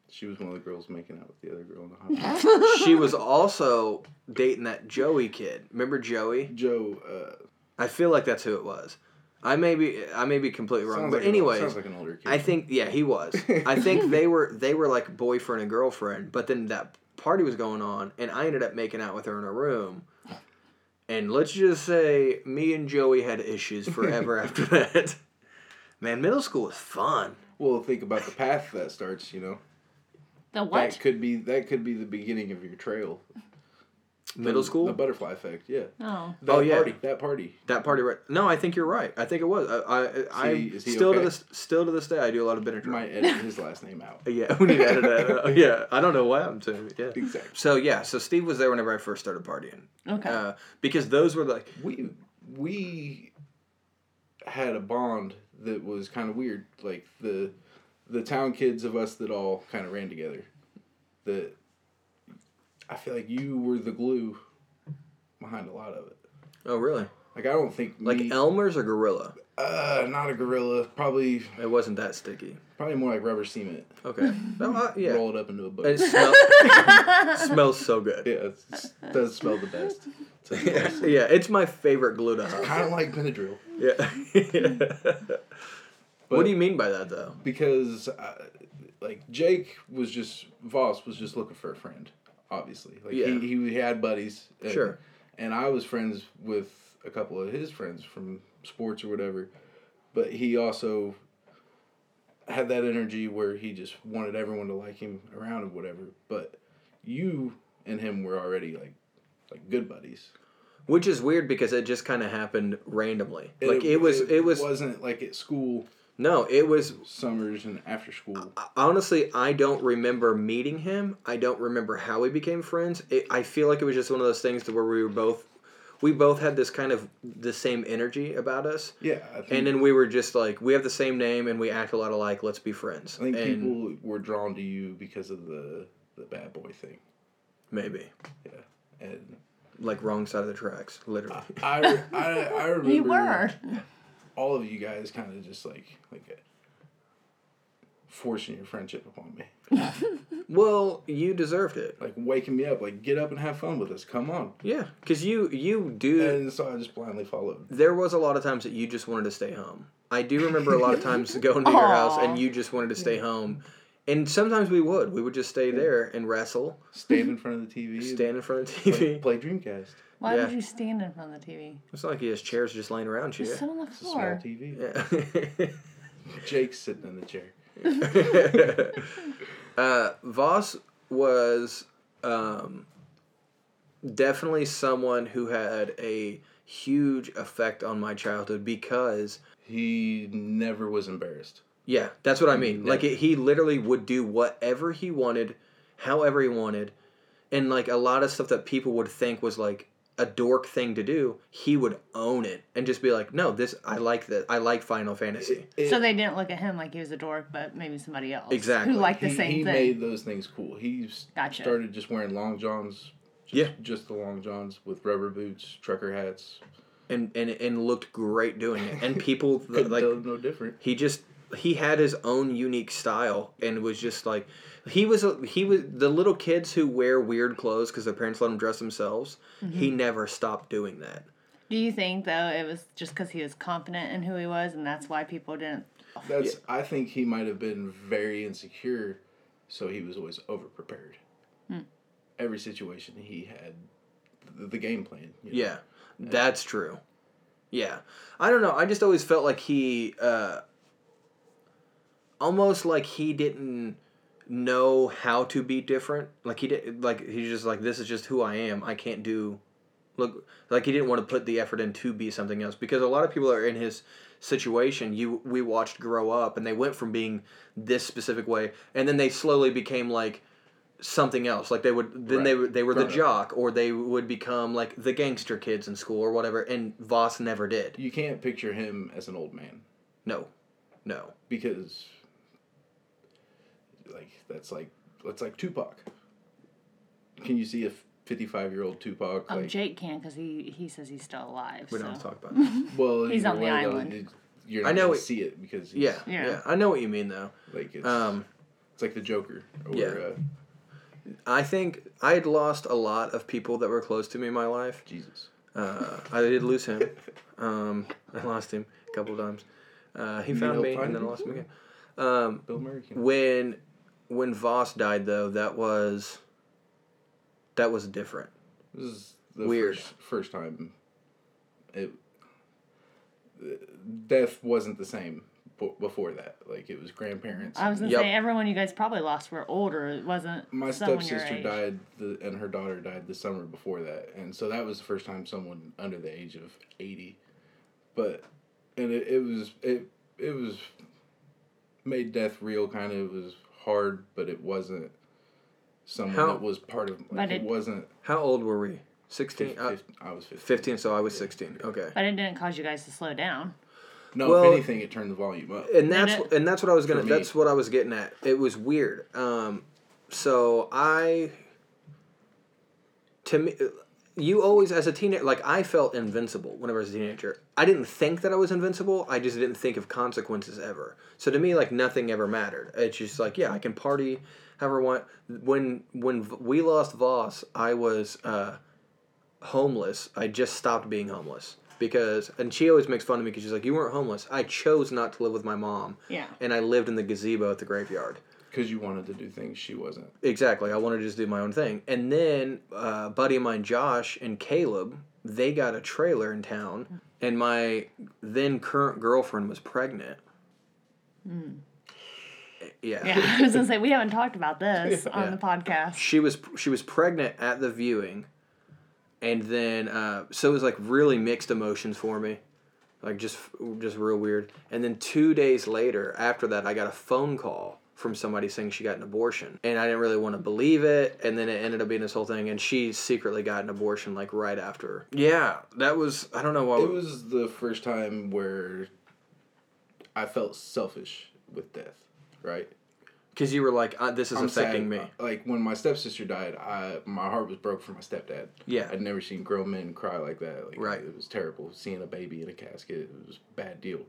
Speaker 3: She was one of the girls making out with the other girl in the hot
Speaker 1: she was also dating that joey kid remember joey
Speaker 3: Joe, uh,
Speaker 1: i feel like that's who it was i may be i may be completely wrong
Speaker 3: sounds
Speaker 1: but
Speaker 3: like
Speaker 1: anyways
Speaker 3: an, sounds like an older kid.
Speaker 1: I think yeah, he was. I think they were they were like boyfriend and girlfriend, but then that party was going on and I ended up making out with her in her room. And let's just say me and Joey had issues forever after that. Man, middle school was fun.
Speaker 3: well, think about the path that starts. You know,
Speaker 2: The what?
Speaker 3: that could be that could be the beginning of your trail.
Speaker 1: Middle
Speaker 3: The-
Speaker 1: school?
Speaker 3: the butterfly effect. Yeah.
Speaker 2: oh.
Speaker 3: That
Speaker 1: Oh, yeah.
Speaker 3: party, that party.
Speaker 1: that party right No, I think you're right. I think it was. I I,
Speaker 3: Is he-
Speaker 1: I
Speaker 3: is he
Speaker 1: still to
Speaker 3: okay?
Speaker 1: this still to this day I do a lot of Benadryl. Uh,
Speaker 3: Might edit his last name out.
Speaker 1: Yeah, we need to edit that. out. yeah, I don't know what happened to him. Yeah.
Speaker 3: Exactly.
Speaker 1: So yeah, so Steve was there whenever I first started partying.
Speaker 3: Oh.
Speaker 2: Okay.
Speaker 1: Uh, because those were like
Speaker 3: We we had a bond that was kind of weird. Like the the town kids of us that all kind of ran together. That I feel like you were the glue behind a lot of it.
Speaker 1: Oh really?
Speaker 3: Like I don't think
Speaker 1: Like
Speaker 3: me,
Speaker 1: Elmer's or Gorilla?
Speaker 3: uh, not a gorilla. Probably
Speaker 1: It wasn't that sticky.
Speaker 3: probably more like rubber cement.
Speaker 1: Okay. No, I- yeah.
Speaker 3: Roll it up into a book.
Speaker 1: It smell- smells so good.
Speaker 3: yeah, it does smell the best.
Speaker 1: Yeah, it's my favorite glue to have.
Speaker 3: kind of like Benadryl.
Speaker 1: Yeah. what do you mean by that though?
Speaker 3: because uh, like Jake was just Voss was just looking for a friend, obviously. Like
Speaker 1: Yeah.
Speaker 3: he, he had buddies. And,
Speaker 1: Sure.
Speaker 3: And I was friends with a couple of his friends from sports or whatever, but he also had that energy where he just wanted everyone to like him around and whatever. But you and him were already like like good buddies.
Speaker 1: Which is weird because it just kind of happened randomly.
Speaker 3: And
Speaker 1: Like it was, it was
Speaker 3: wasn't like at school
Speaker 1: no, it was
Speaker 3: summers and after school.
Speaker 1: honestly, I don't remember meeting him. I don't remember how we became friends. It, I feel like it was just one of those things to where we were both, we both had this kind of the same energy about us.
Speaker 3: Yeah, I think
Speaker 1: And then we were just like, we have the same name and we act a lot alike. Let's be friends.
Speaker 3: I think
Speaker 1: and
Speaker 3: people were drawn to you because of the the bad boy thing,
Speaker 1: maybe
Speaker 3: and
Speaker 1: like wrong side of the tracks, literally.
Speaker 3: I I, I remember
Speaker 2: You were.
Speaker 3: all of you guys kind of just like like uh, forcing your friendship upon me,
Speaker 1: well, you deserved it.
Speaker 3: like waking me up, like get up and have fun with us, come on.
Speaker 1: Yeah, because you you do.
Speaker 3: And so I just blindly followed.
Speaker 1: there was a lot of times that you just wanted to stay home. I do remember a lot of times going to your house and
Speaker 2: Aw.
Speaker 1: you just wanted to stay home. And sometimes we would. We would just stay there and wrestle,
Speaker 3: Stand in front of the TV. and
Speaker 1: stand in front of the TV.
Speaker 3: Play Dreamcast.
Speaker 2: Why
Speaker 1: Yeah.
Speaker 2: would you stand in front of the TV?
Speaker 1: It's not like he has chairs just laying around you.
Speaker 2: Sit on the
Speaker 3: It's a small
Speaker 2: floor.
Speaker 3: TV.
Speaker 1: Yeah.
Speaker 3: Jake's sitting in the chair.
Speaker 1: uh, Voss was um, definitely someone who had a huge effect on my childhood because,
Speaker 3: He never was embarrassed.
Speaker 1: Mm, yeah, that's what I mean. Like, it, he literally would do whatever he wanted, however he wanted. And, like, a lot of stuff that people would think was, like, a dork thing to do, he would own it and just be like, no, this, I like that. I like Final Fantasy.
Speaker 3: It-
Speaker 2: So they didn't look at him like he was a dork, but maybe somebody else
Speaker 1: Exactly.
Speaker 2: who liked the
Speaker 3: he,
Speaker 2: same
Speaker 3: he
Speaker 2: thing.
Speaker 3: made those things cool. He s-
Speaker 2: Gotcha.
Speaker 3: started just wearing long johns. Just,
Speaker 1: Yeah.
Speaker 3: Just the long johns with rubber boots, trucker hats.
Speaker 1: And, and, and looked great doing it. And people,
Speaker 3: Couldn't
Speaker 1: like,
Speaker 3: tell no different.
Speaker 1: he just he had his own unique style and was just like he was a, he was the little kids who wear weird clothes because their parents let them dress themselves he never stopped doing that
Speaker 2: Do you think though it was just because he was confident in who he was, and that's why people didn't?
Speaker 3: That's. I think he might have been very insecure, so he was always over prepared.
Speaker 1: Hmm.
Speaker 3: Every situation he had, the, the game plan. you know?
Speaker 1: yeah that's true yeah i don't know i just always felt like he uh almost like he didn't know how to be different like he did like he's just like this is just who i am i can't do look like he didn't want to put the effort in to be something else because a lot of people are in his situation you we watched grow up and they went from being this specific way and then they slowly became like something else like they would then they
Speaker 3: Right.
Speaker 1: were they were the
Speaker 3: Grown up.
Speaker 1: jock or they would become like the gangster kids in school or whatever and Voss never did
Speaker 3: You can't picture him as an old man
Speaker 1: no no
Speaker 3: because, like, that's like that's like Tupac. Can you see a f- 55 year old Tupac.
Speaker 2: Oh,
Speaker 3: Like,
Speaker 2: Jake can because he he says he's still alive.
Speaker 1: We
Speaker 2: so.
Speaker 1: don't have to talk about it.
Speaker 3: well,
Speaker 2: He's
Speaker 3: either
Speaker 2: on the
Speaker 3: way, though,
Speaker 2: island.
Speaker 3: you- You're not
Speaker 1: I
Speaker 3: I
Speaker 1: know
Speaker 3: know gonna
Speaker 1: it-
Speaker 3: see it because he's,
Speaker 1: Yeah, yeah,
Speaker 2: Yeah.
Speaker 1: I know what you mean though.
Speaker 3: like it's
Speaker 1: Um,
Speaker 3: it's like the Joker or
Speaker 1: yeah.
Speaker 3: uh,
Speaker 1: I think I had lost a lot of people that were close to me in my life.
Speaker 3: Jesus.
Speaker 1: Uh, I did lose him. Um, I lost him a couple times. Uh, he found
Speaker 3: he'll
Speaker 1: me
Speaker 3: find
Speaker 1: and then I
Speaker 3: you?
Speaker 1: lost him again.
Speaker 3: Bill Murray. Can,
Speaker 1: When when Voss died though, that was that was different.
Speaker 3: This is the
Speaker 1: Weird.
Speaker 3: First, first time. It death wasn't the same b- before that. Like it was grandparents.
Speaker 2: I was gonna
Speaker 1: Yep.
Speaker 2: say everyone you guys probably lost were older. It wasn't
Speaker 3: My
Speaker 2: someone
Speaker 3: stepsister
Speaker 2: your age.
Speaker 3: died, the, and her daughter died the summer before that, and so that was the first time someone under the age of eighty. But and it, it was it it was made death real. Kind of it was hard, but it wasn't someone
Speaker 1: How-
Speaker 3: that was part of. Like,
Speaker 2: But
Speaker 3: it,
Speaker 2: it-
Speaker 3: wasn't.
Speaker 1: How old were we? Sixteen.
Speaker 3: Fif-
Speaker 1: Uh,
Speaker 3: I was fifteen.
Speaker 1: Fifteen. So I was sixteen. Okay.
Speaker 2: But it didn't cause you guys to slow down.
Speaker 3: No,
Speaker 1: Well-
Speaker 3: if anything, it turned the volume up.
Speaker 1: and that's
Speaker 2: it-
Speaker 1: and that's what I was gonna.
Speaker 3: For me.
Speaker 1: That's what I was getting at. It was weird. Um, so I, to me, you always as a teenager, like I felt invincible whenever I was a teenager. I didn't think that I was invincible. I just didn't think of consequences ever. So to me, like nothing ever mattered. It's just like yeah, I can party however I want. When when V- we lost Voss, I was. Uh, homeless, I just stopped being homeless because and she always makes fun of me because she's like, "You weren't homeless. I chose not to live with my mom."
Speaker 2: Yeah.
Speaker 1: And I lived in the gazebo at the graveyard.
Speaker 3: because you wanted to do things she wasn't.
Speaker 1: Exactly. I wanted to just do my own thing. And then uh, a buddy of mine, Josh and Caleb, they got a trailer in town, and my then current girlfriend was pregnant. Eh, Yeah.
Speaker 2: Yeah, I was gonna say we haven't talked about this on
Speaker 1: Yeah.
Speaker 2: the podcast.
Speaker 1: she was she was pregnant at the viewing, and then uh, so it was like really mixed emotions for me, like just just real weird. And then two days later, after that, I got a phone call from somebody saying she got an abortion, and I didn't really want to believe it. And then it ended up being this whole thing, and she secretly got an abortion like right after. Yeah, that was I don't know why.
Speaker 3: It was the first time where I felt selfish with death, right?
Speaker 1: because you were like, uh, "This is
Speaker 3: I'm
Speaker 1: affecting
Speaker 3: sad.
Speaker 1: me."
Speaker 3: Like when my stepsister died, I my heart was broke for my stepdad.
Speaker 1: Yeah.
Speaker 3: I'd never seen grown men cry like that. Like,
Speaker 1: Right.
Speaker 3: It was terrible seeing a baby in a casket. It was a bad deal.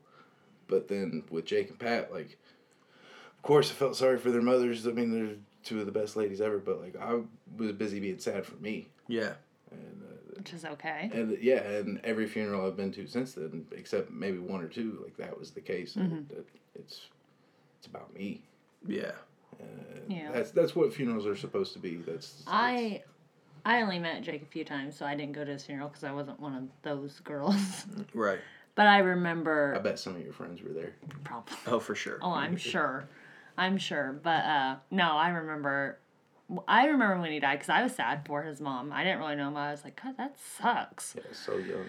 Speaker 3: But then with Jake and Pat, like, of course I felt sorry for their mothers. I mean, they're two of the best ladies ever. But like, I was busy being sad for me.
Speaker 1: Yeah,
Speaker 2: Which is okay.
Speaker 3: And yeah, and every funeral I've been to since then, except maybe one or two, like that was the case.
Speaker 2: Mm-hmm.
Speaker 3: And it, it's it's about me.
Speaker 1: yeah.
Speaker 2: Yeah.
Speaker 3: That's that's what funerals are supposed to be. That's
Speaker 2: I I only met Jake a few times, so I didn't go to his funeral because I wasn't one of those girls.
Speaker 1: Right.
Speaker 2: but I
Speaker 3: I
Speaker 2: remember
Speaker 3: bet some of your friends were there.
Speaker 2: probably.
Speaker 1: Oh, for sure.
Speaker 2: Oh, I'm sure, I'm sure. But uh, no, I remember. I remember when he died because I was sad for his mom. I didn't really know him. I was like, God, that sucks.
Speaker 3: Yeah, so young.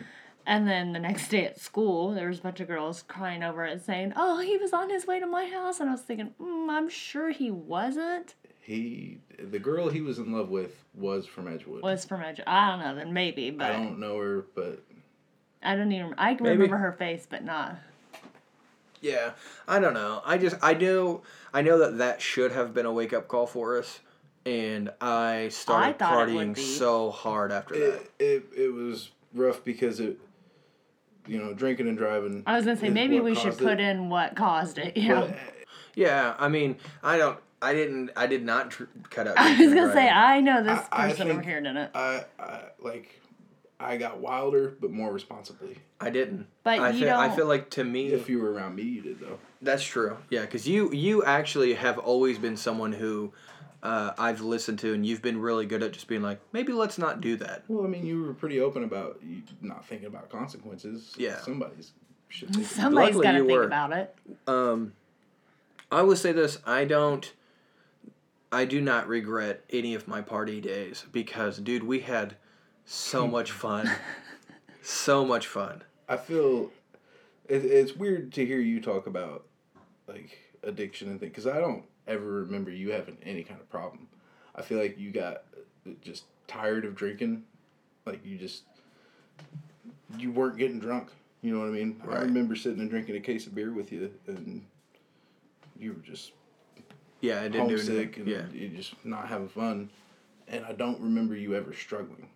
Speaker 2: And then the next day at school, there was a bunch of girls crying over it, saying, "Oh, he was on his way to my house," and I was thinking, mm, "I'm sure he wasn't."
Speaker 3: He the girl he was in love with was from Edgewood.
Speaker 2: Was from Edge. I don't know. Then maybe, but
Speaker 3: I don't know her, but
Speaker 2: I don't even. I can
Speaker 1: Maybe.
Speaker 2: remember her face, but not.
Speaker 1: Yeah, I don't know. I just I know I know that that should have been a wake up call for us, and I started
Speaker 2: thought it would
Speaker 1: partying
Speaker 2: be.
Speaker 1: so hard after that.
Speaker 3: it, it it was rough because it you know drinking and driving.
Speaker 2: I was gonna say
Speaker 3: is
Speaker 2: maybe
Speaker 3: what
Speaker 2: we should
Speaker 3: caused
Speaker 2: put
Speaker 3: it.
Speaker 2: in what caused it. Yeah.
Speaker 3: But
Speaker 1: Yeah, I mean I don't I didn't I did not tr- cut out.
Speaker 2: I was gonna say I know this
Speaker 3: I- I
Speaker 2: person over
Speaker 3: think-
Speaker 2: here did it,
Speaker 3: I, I like I got wilder, but more responsibly.
Speaker 1: I didn't.
Speaker 2: But
Speaker 1: I
Speaker 2: you
Speaker 1: feel, I
Speaker 2: don't-
Speaker 1: feel like to me
Speaker 3: If you were around me, you did though.
Speaker 1: That's true. Yeah, because you you actually have always been someone who uh, I've listened to, and you've been really good at just being like, maybe let's not do that.
Speaker 3: Well, I mean, you were pretty open about you not thinking about consequences.
Speaker 1: Yeah.
Speaker 3: Somebody's should think. about
Speaker 2: Somebody's
Speaker 1: Luckily
Speaker 2: gotta
Speaker 1: you
Speaker 2: think
Speaker 1: were.
Speaker 2: about it.
Speaker 1: Um, I will say this: I don't, I do not regret any of my party days because, dude, we had
Speaker 3: Hmm.
Speaker 1: so much fun, so much fun.
Speaker 3: I feel it, it's weird to hear you talk about like addiction and things because I don't ever remember you having any kind of problem. I feel like you got uh, just tired of drinking, like you just you weren't getting drunk. You know what I mean? I
Speaker 1: Right.
Speaker 3: remember sitting and drinking a case of beer with you, and you were just
Speaker 1: Yeah, I didn't do
Speaker 3: homesick
Speaker 1: anything.
Speaker 3: and
Speaker 1: Yeah,
Speaker 3: you're just not having fun. and I don't remember you ever struggling.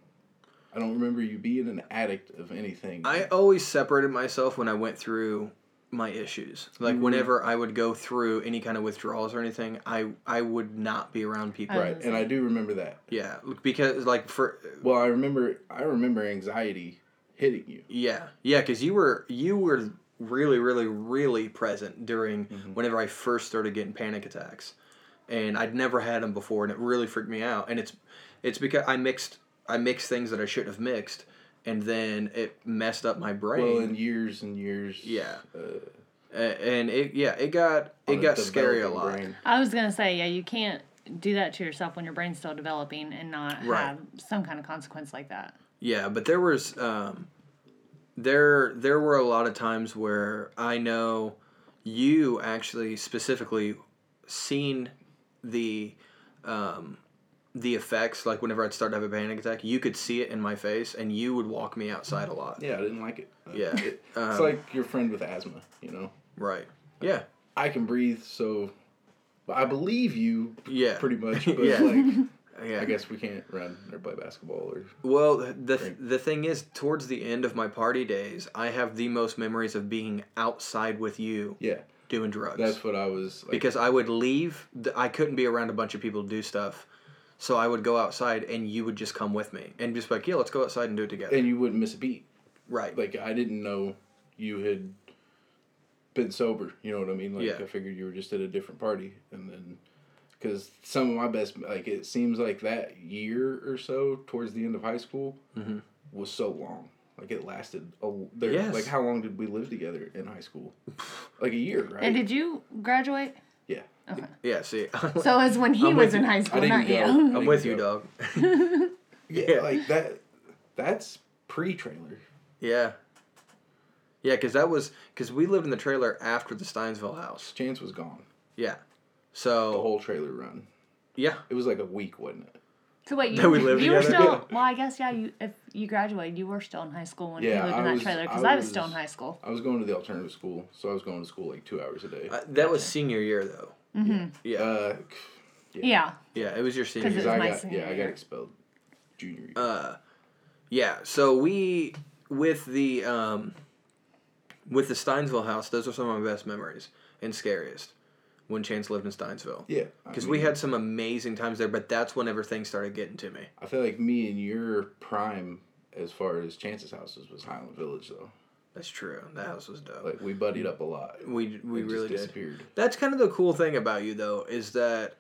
Speaker 3: I don't remember you being an addict of anything.
Speaker 1: I always separated myself when I went through my issues. Like
Speaker 3: Mm-hmm.
Speaker 1: whenever I would go through any kind of withdrawals or anything, I I would not be around people.
Speaker 3: right, and I do remember that.
Speaker 1: Yeah, because like for
Speaker 3: Well, I remember I remember anxiety hitting you.
Speaker 1: yeah yeah because you were you were really really really present during
Speaker 3: Mm-hmm.
Speaker 1: whenever I first started getting panic attacks, and I'd never had them before, and it really freaked me out. And it's it's because I mixed I mixed things that I shouldn't have mixed, and then it messed up my brain.
Speaker 3: Well, in years and years.
Speaker 1: Yeah.
Speaker 3: uh,
Speaker 1: A- and it yeah it got it
Speaker 3: on
Speaker 1: got
Speaker 3: a
Speaker 1: scary a
Speaker 3: developing
Speaker 1: lot.
Speaker 3: brain.
Speaker 2: I was gonna say, yeah, you can't do that to yourself when your brain's still developing and not
Speaker 1: Right.
Speaker 2: have some kind of consequence like that.
Speaker 1: Yeah, but there was um, there there were a lot of times where I know you actually specifically seen the um, the effects. Like whenever I'd start to have a panic attack, you could see it in my face, and you would walk me outside a lot.
Speaker 3: Yeah, I didn't like it. Uh,
Speaker 1: Yeah.
Speaker 3: it- it's
Speaker 1: Um,
Speaker 3: like your friend with asthma. You know,
Speaker 1: Right. Yeah.
Speaker 3: I can breathe, so but I believe you.
Speaker 1: Yeah.
Speaker 3: Pretty much, but
Speaker 1: Yeah.
Speaker 3: like
Speaker 1: Yeah.
Speaker 3: I guess we can't run or play basketball or
Speaker 1: Well, the th-
Speaker 3: Right.
Speaker 1: the thing is, towards the end of my party days, I have the most memories of being outside with you
Speaker 3: yeah.
Speaker 1: doing drugs.
Speaker 3: That's what I was like.
Speaker 1: because I would leave. th- I couldn't be around a bunch of people to do stuff, so I would go outside, and you would just come with me and just be like, "Yeah, let's go outside and do it together."
Speaker 3: and you wouldn't miss a beat.
Speaker 1: right.
Speaker 3: Like I didn't know you had been sober. You know what I mean? Like
Speaker 1: Yeah.
Speaker 3: I figured you were just at a different party, and then because some of my best, like it seems like that year or so towards the end of high school was so long. Like it lasted a there.
Speaker 1: Mm-hmm. Yes.
Speaker 3: Like how long did we live together in high school? Like a year, right?
Speaker 2: And did you graduate?
Speaker 3: yeah.
Speaker 2: Okay.
Speaker 1: yeah. See,
Speaker 2: So it was when he
Speaker 3: I'm
Speaker 2: was
Speaker 3: with
Speaker 2: in
Speaker 3: you.
Speaker 2: high
Speaker 3: I
Speaker 2: school,
Speaker 3: didn't
Speaker 2: not
Speaker 3: go.
Speaker 2: you.
Speaker 1: I'm with you, dog.
Speaker 3: Yeah, like that. That's pre-trailer.
Speaker 1: yeah. Yeah, because that was because we lived in the trailer after the Steinsville house.
Speaker 3: Chance was gone.
Speaker 1: Yeah.
Speaker 3: The
Speaker 1: So
Speaker 3: whole trailer run.
Speaker 1: yeah,
Speaker 3: It was like a week, wasn't it?
Speaker 2: So wait,
Speaker 1: That
Speaker 2: you,
Speaker 1: we lived
Speaker 2: you were
Speaker 1: together?
Speaker 2: still well. I guess yeah. You if you graduated, you were still in high school when
Speaker 3: Yeah,
Speaker 2: you lived in
Speaker 3: I
Speaker 2: that
Speaker 3: was-
Speaker 2: trailer because
Speaker 3: I
Speaker 2: I, was still in
Speaker 3: was-
Speaker 2: high school.
Speaker 3: I was going to the alternative school, so I was going to school like two hours a day.
Speaker 1: uh, that was senior year though. Yeah.
Speaker 3: Uh,
Speaker 2: Yeah,
Speaker 1: Yeah, it was your senior.
Speaker 2: 'Cause
Speaker 1: year. Uh,
Speaker 2: it-
Speaker 3: I
Speaker 2: my
Speaker 3: got,
Speaker 2: senior
Speaker 3: yeah, I got
Speaker 2: year.
Speaker 3: expelled junior year.
Speaker 1: Yeah, so we with the um with the Steinsville house, those are some of my best memories and scariest when Chance lived in Steinsville.
Speaker 3: yeah, I
Speaker 1: Because we
Speaker 3: mean,
Speaker 1: had some amazing times there, but that's whenever things started getting to me.
Speaker 3: I feel like me and your prime as far as Chance's houses was Highland Village though.
Speaker 1: That's true. That house was dope.
Speaker 3: Like we buddied up a lot.
Speaker 1: we we
Speaker 3: It just
Speaker 1: really did.
Speaker 3: disappeared.
Speaker 1: That's kind of the cool thing about you though is that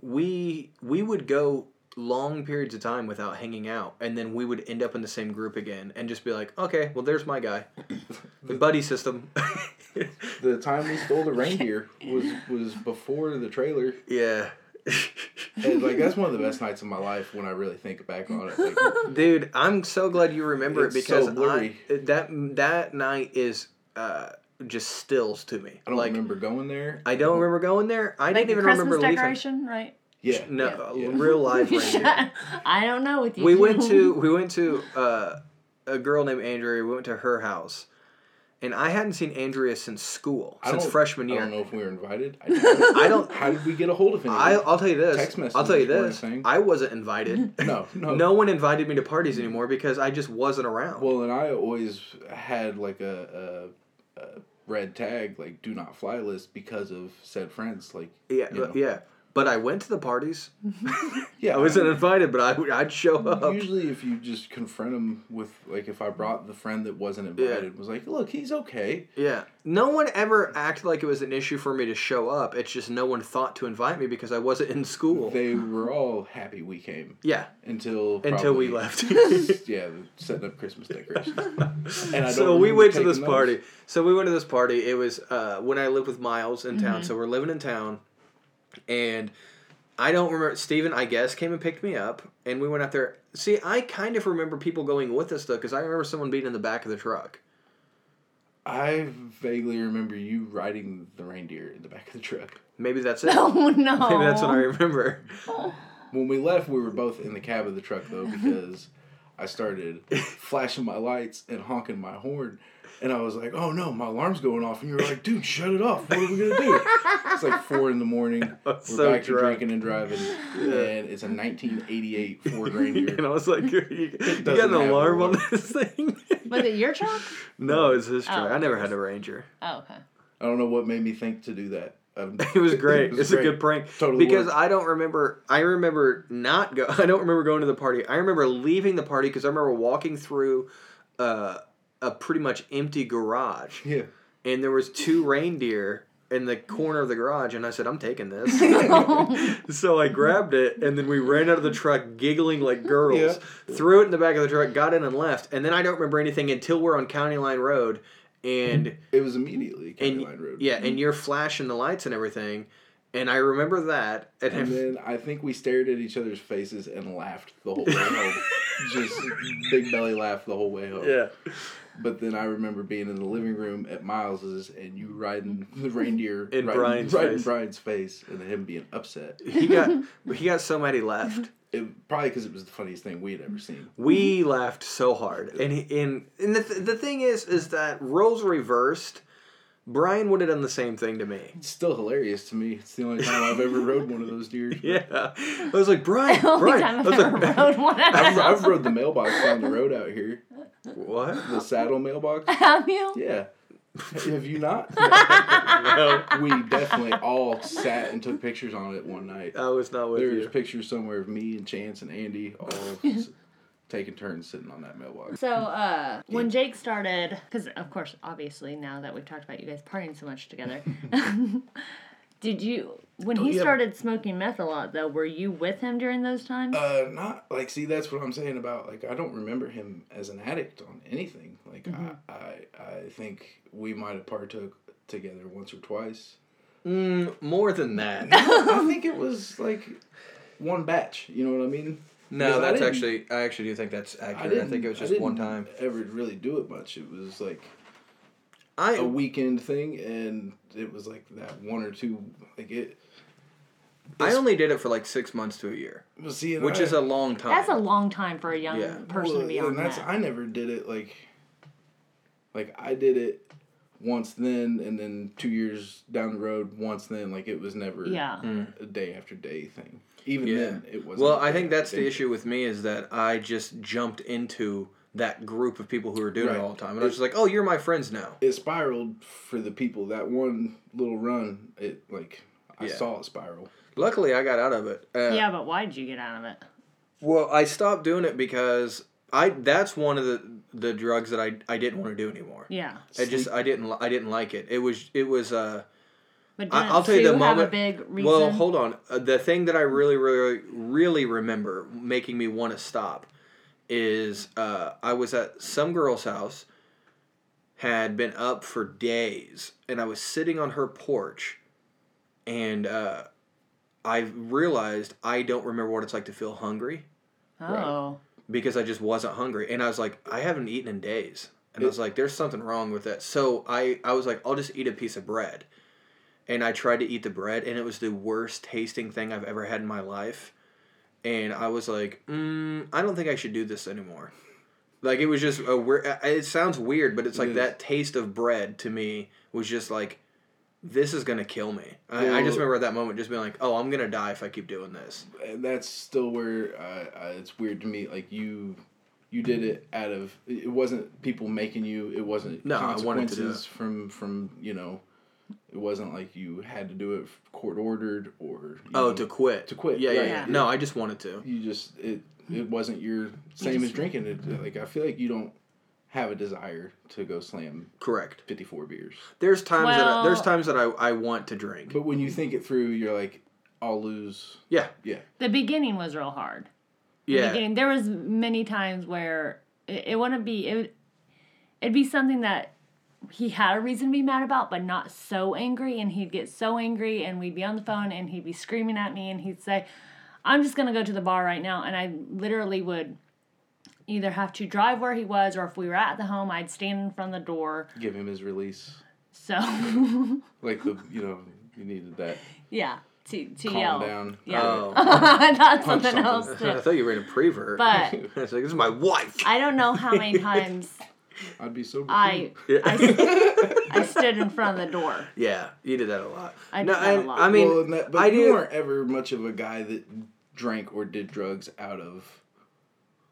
Speaker 1: we we would go long periods of time without hanging out and then we would end up in the same group again and just be like, "Okay, well there's my guy." the buddy system.
Speaker 3: The time we stole the reindeer was was before the trailer.
Speaker 1: yeah.
Speaker 3: And, like that's one of the best nights of my life when I really think back on it. Like,
Speaker 1: Dude, I'm so glad you remember
Speaker 3: It's
Speaker 1: it because
Speaker 3: so blurry.
Speaker 1: I, that that night is uh, just stills to me.
Speaker 3: I don't
Speaker 1: like
Speaker 3: remember going there.
Speaker 1: I don't remember going there. I
Speaker 2: like
Speaker 1: didn't
Speaker 2: the
Speaker 1: even
Speaker 2: Christmas
Speaker 1: remember leaving.
Speaker 2: decoration, right?
Speaker 3: Yeah.
Speaker 1: No,
Speaker 3: Yeah.
Speaker 1: a real live reindeer.
Speaker 2: I don't know with you.
Speaker 1: We went to we went to uh, a girl named Andrea. We went to her house, and I hadn't seen Andrea since school,
Speaker 3: I
Speaker 1: since
Speaker 3: don't-
Speaker 1: freshman
Speaker 3: I
Speaker 1: year.
Speaker 3: don't know if we were invited. I don't,
Speaker 1: I don't.
Speaker 3: how did we get a hold of him?
Speaker 1: I, I'll tell you this.
Speaker 3: Text messages
Speaker 1: I'll tell you
Speaker 3: weren't a
Speaker 1: this.
Speaker 3: thing.
Speaker 1: I wasn't invited.
Speaker 3: no, no,
Speaker 1: no one invited me to parties anymore because I just wasn't around.
Speaker 3: Well, and I always had like a, a, a red tag, like do not fly list because of said friends. Like,
Speaker 1: Yeah, uh,
Speaker 3: you know.
Speaker 1: yeah. But I went to the parties.
Speaker 3: yeah,
Speaker 1: I wasn't invited, but I would, I'd show
Speaker 3: I-
Speaker 1: up.
Speaker 3: usually, if you just confront them with like, if I brought the friend that wasn't
Speaker 1: Yeah.
Speaker 3: invited, was like, look, he's okay.
Speaker 1: Yeah. No one ever acted like it was an issue for me to show up. It's just no one thought to invite me because I wasn't in school.
Speaker 3: They were all happy we came
Speaker 1: yeah.
Speaker 3: until
Speaker 1: Until we
Speaker 3: probably-
Speaker 1: left.
Speaker 3: yeah, setting up Christmas decorations. And I don't
Speaker 1: so we
Speaker 3: remember
Speaker 1: went to
Speaker 3: taking
Speaker 1: this
Speaker 3: those.
Speaker 1: party. So we went to this party. It was uh, when I lived with Miles in town. So we're living in town, and I don't remember. Steven, I guess, came and picked me up, and we went out there. See, I kind of remember people going with us though, because I remember someone being in the back of the truck.
Speaker 3: I vaguely remember you riding the reindeer in the back of the truck.
Speaker 1: Maybe that's it.
Speaker 2: Oh no!
Speaker 1: Maybe that's what I remember.
Speaker 3: When we left, we were both in the cab of the truck though because I started flashing my lights and honking my horn, And I was like, oh no, my alarm's going off. And you were like, dude, shut it off. What are we going to do? It's like four in the morning. We're
Speaker 1: was so
Speaker 3: back to
Speaker 1: drunk.
Speaker 3: drinking and driving. And it's a 1988 Ford
Speaker 1: and I
Speaker 3: Ranger.
Speaker 1: was like, you, you got
Speaker 3: doesn't
Speaker 1: an
Speaker 3: have
Speaker 1: alarm
Speaker 3: one.
Speaker 1: on this thing?
Speaker 2: Was it your truck?
Speaker 1: no, it's his truck.
Speaker 2: Oh.
Speaker 1: I never had a Ranger.
Speaker 2: Oh, okay.
Speaker 3: I don't know what made me think to do that. Um,
Speaker 1: It was great. it's a good prank.
Speaker 3: Totally
Speaker 1: because
Speaker 3: worked.
Speaker 1: I don't remember. I remember not go. I don't remember going to the party. I remember leaving the party because I remember walking through uh, a pretty much empty garage,
Speaker 3: Yeah.
Speaker 1: and there was two reindeer in the corner of the garage, and I said, "I'm taking this." so I grabbed it, and then we ran out of the truck giggling like girls. Threw it in the back of the truck, got in and left. And then I don't remember anything until we're on County Line Road, and.
Speaker 3: It was immediately County
Speaker 1: and
Speaker 3: Line Road.
Speaker 1: yeah, and you're flashing the lights and everything, and I remember that. And,
Speaker 3: And then I think we stared at each other's faces and laughed the whole way home. Just big belly laugh the whole way home.
Speaker 1: yeah,
Speaker 3: But then I remember being in the living room at Miles's and you riding the reindeer
Speaker 1: In
Speaker 3: riding,
Speaker 1: Brian's
Speaker 3: riding
Speaker 1: face.
Speaker 3: Brian's face and him being upset.
Speaker 1: he got he got so mad he laughed.
Speaker 3: It, probably because it was the funniest thing we had ever seen.
Speaker 1: We laughed so hard, and he, and and the, th- the thing is, is that roles reversed. Brian would have done the same thing to me.
Speaker 3: It's still hilarious to me. It's the only time I've ever rode one of those deer.
Speaker 1: Yeah, I was like Brian,
Speaker 2: The only
Speaker 1: Brian.
Speaker 2: time
Speaker 1: I
Speaker 2: I've
Speaker 1: was
Speaker 2: ever
Speaker 1: like,
Speaker 2: rode one.
Speaker 3: I've, I've rode the mailbox down the road out here.
Speaker 1: what?
Speaker 3: The saddle mailbox.
Speaker 2: Have you?
Speaker 3: Yeah. Have you not? We definitely all sat and took pictures on it one night.
Speaker 1: I was not Uh, with
Speaker 3: There's
Speaker 1: you.
Speaker 3: pictures somewhere of me and Chance and Andy all s- taking turns sitting on that mailbox.
Speaker 2: So,
Speaker 1: Mm.
Speaker 2: uh, when Jake started, because of course, obviously, now that we've talked about you guys partying so much together, did you, when he
Speaker 3: yeah.
Speaker 2: started smoking meth a lot, though, were you with him during those times?
Speaker 3: Uh, not like see that's what I'm saying about like I don't remember him as an addict on anything. Like
Speaker 1: Mm-hmm.
Speaker 3: I, I I think we might have partook together once or twice.
Speaker 1: Mm, more than that.
Speaker 3: I think it was like one batch. You know what I mean?
Speaker 1: No,
Speaker 3: Because I
Speaker 1: that's
Speaker 3: didn't-
Speaker 1: actually I actually do think that's accurate. I, think it was just one
Speaker 3: didn't
Speaker 1: time.
Speaker 3: Ever really do it much? It was like
Speaker 1: I
Speaker 3: a weekend thing, and it was like that one or two. Like it.
Speaker 1: I only did it for like six months to a year,
Speaker 3: well, See, and
Speaker 1: which
Speaker 3: I-
Speaker 1: is a long time.
Speaker 2: That's a long time for a young
Speaker 1: Yeah.
Speaker 2: person to be
Speaker 3: Well,
Speaker 2: on
Speaker 3: and that's
Speaker 2: meth.
Speaker 3: I never did it like like I did it once then and then two years down the road once then like it was never
Speaker 2: Yeah.
Speaker 3: a day after day thing. Even
Speaker 1: Yeah.
Speaker 3: then it wasn't
Speaker 1: Well,
Speaker 3: a day
Speaker 1: I think
Speaker 3: after
Speaker 1: that's the
Speaker 3: day.
Speaker 1: issue with me is that I just jumped into that group of people who were doing
Speaker 3: Right.
Speaker 1: it all the time, and I was just like, "Oh, you're my friends now."
Speaker 3: It spiraled for the people that one little run it like I
Speaker 1: Yeah.
Speaker 3: saw it spiral.
Speaker 1: Luckily, I got out of it. Uh,
Speaker 2: yeah, but why did you get out of it?
Speaker 1: Well, I stopped doing it because I that's one of the the drugs that I I didn't want to do anymore.
Speaker 2: Yeah.
Speaker 1: I just I didn't li- I didn't like it. It was it was uh
Speaker 2: But didn't
Speaker 1: I, I'll tell you
Speaker 2: Sue
Speaker 1: the
Speaker 2: have
Speaker 1: moment.
Speaker 2: a big reason?
Speaker 1: Well, hold on. Uh, the thing that I really, really, really remember making me want to stop is uh, I was at some girl's house, had been up for days, and I was sitting on her porch, and uh, I realized I don't remember what it's like to feel hungry
Speaker 2: oh.
Speaker 1: because I just wasn't hungry. And I was like, I haven't eaten in days. And I was like, there's something wrong with that. So I, I was like, I'll just eat a piece of bread. And I tried to eat the bread, and it was the worst tasting thing I've ever had in my life. And I was like, mm, I don't think I should do this anymore. Like, it was just a weird, it sounds weird, but it's like
Speaker 3: is.
Speaker 1: that taste of bread to me was just like, this is going to kill me. I, I
Speaker 3: Well-
Speaker 1: just remember at that moment just being like, oh, I'm going to die if I keep doing this.
Speaker 3: and that's still where uh, uh, it's weird to me. Like you, you did it out of it wasn't people making you. It wasn't
Speaker 1: No, I wanted to
Speaker 3: consequences
Speaker 1: do
Speaker 3: from from you know. It wasn't like you had to do it court ordered or you
Speaker 1: Oh,
Speaker 3: know,
Speaker 1: to quit.
Speaker 3: Mm-hmm. to quit,
Speaker 1: Yeah, yeah,
Speaker 3: right.
Speaker 1: yeah.
Speaker 2: Yeah.
Speaker 1: No, I just wanted to.
Speaker 3: you just it it wasn't your same as drinking. It like I feel like you don't have a desire to go slam
Speaker 1: Correct.
Speaker 3: fifty four beers.
Speaker 1: There's times that I,
Speaker 2: Well-
Speaker 1: there's times that I, I want to drink.
Speaker 3: But when you think it through, you're like, I'll lose.
Speaker 1: Yeah,
Speaker 3: Yeah,
Speaker 2: The beginning was real hard.
Speaker 1: yeah.
Speaker 2: beginning. There was many times where it, it wouldn't be it. would- It'd be something that he had a reason to be mad about, but not so angry, and he'd get so angry, and we'd be on the phone, and he'd be screaming at me, and he'd say, "I'm just gonna go to the bar right now," and I literally would either have to drive where he was, or if we were at the home, I'd stand in front of the door.
Speaker 3: give him his release.
Speaker 2: So
Speaker 3: Like the you know you needed that
Speaker 2: yeah, to to
Speaker 3: calm
Speaker 2: yell.
Speaker 3: down.
Speaker 2: Yeah,
Speaker 1: Oh,
Speaker 2: not something,
Speaker 3: something.
Speaker 2: else.
Speaker 1: I
Speaker 2: To,
Speaker 1: thought you were in a prevert.
Speaker 2: but
Speaker 1: it's like this is my wife.
Speaker 2: I don't know how many times
Speaker 3: I'd be so.
Speaker 2: I
Speaker 1: Mm.
Speaker 2: I, st- I stood in front of the door.
Speaker 1: Yeah, you did that a lot.
Speaker 2: I
Speaker 1: no,
Speaker 2: did that a lot.
Speaker 1: I mean,
Speaker 3: well, and that, but
Speaker 1: I
Speaker 3: you
Speaker 1: do.
Speaker 3: weren't ever much of a guy that drank or did drugs out of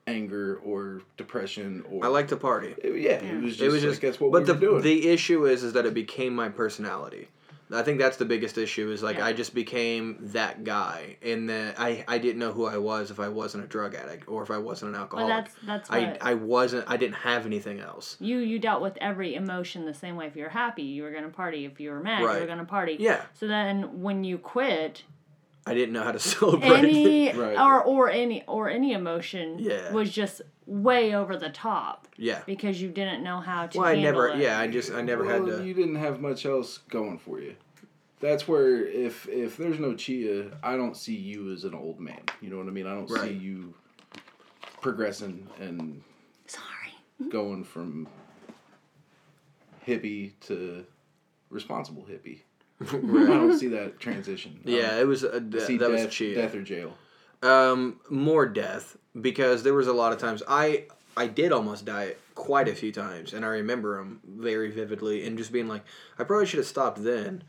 Speaker 3: anger or depression or
Speaker 1: I like to party.
Speaker 3: It- yeah, it was just,
Speaker 1: It was
Speaker 3: like,
Speaker 1: just
Speaker 3: that's what
Speaker 1: but
Speaker 3: we
Speaker 1: the
Speaker 3: were doing.
Speaker 1: the issue is is that it became my personality. I think that's the biggest issue is like
Speaker 2: Yeah.
Speaker 1: I just became that guy and that I, I didn't know who I was if I wasn't a drug addict or if I wasn't an
Speaker 2: But
Speaker 1: alcoholic.
Speaker 2: that's that's
Speaker 1: I,
Speaker 2: what
Speaker 1: I wasn't I didn't have anything else.
Speaker 2: you you dealt with every emotion the same way. If you're happy, you were gonna party. If you were mad, you
Speaker 1: Right.
Speaker 2: were gonna party.
Speaker 1: Yeah.
Speaker 2: So then when you quit,
Speaker 1: I didn't know how to celebrate.
Speaker 2: any
Speaker 3: Right.
Speaker 2: or or any or any emotion
Speaker 1: Yeah.
Speaker 2: was just way over the top
Speaker 1: yeah.
Speaker 2: because you didn't know how to.
Speaker 1: Well, I
Speaker 2: handle
Speaker 1: never
Speaker 2: It.
Speaker 1: yeah, I just I never
Speaker 3: Well,
Speaker 1: had to
Speaker 3: You didn't have much else going for you. That's where if if there's no Chia, I don't see you as an old man. You know what I mean? I don't see
Speaker 1: Right.
Speaker 3: you progressing and
Speaker 2: Sorry.
Speaker 1: Mm-hmm.
Speaker 3: going from hippie to responsible hippie. I don't see that transition. I
Speaker 1: Yeah, it was a,
Speaker 3: don't see
Speaker 1: that was
Speaker 3: death,
Speaker 1: cheap.
Speaker 3: death or jail.
Speaker 1: Um, more death because there was a lot of times I I did almost die quite a few times, and I remember them very vividly, and just being like, I probably should have stopped then,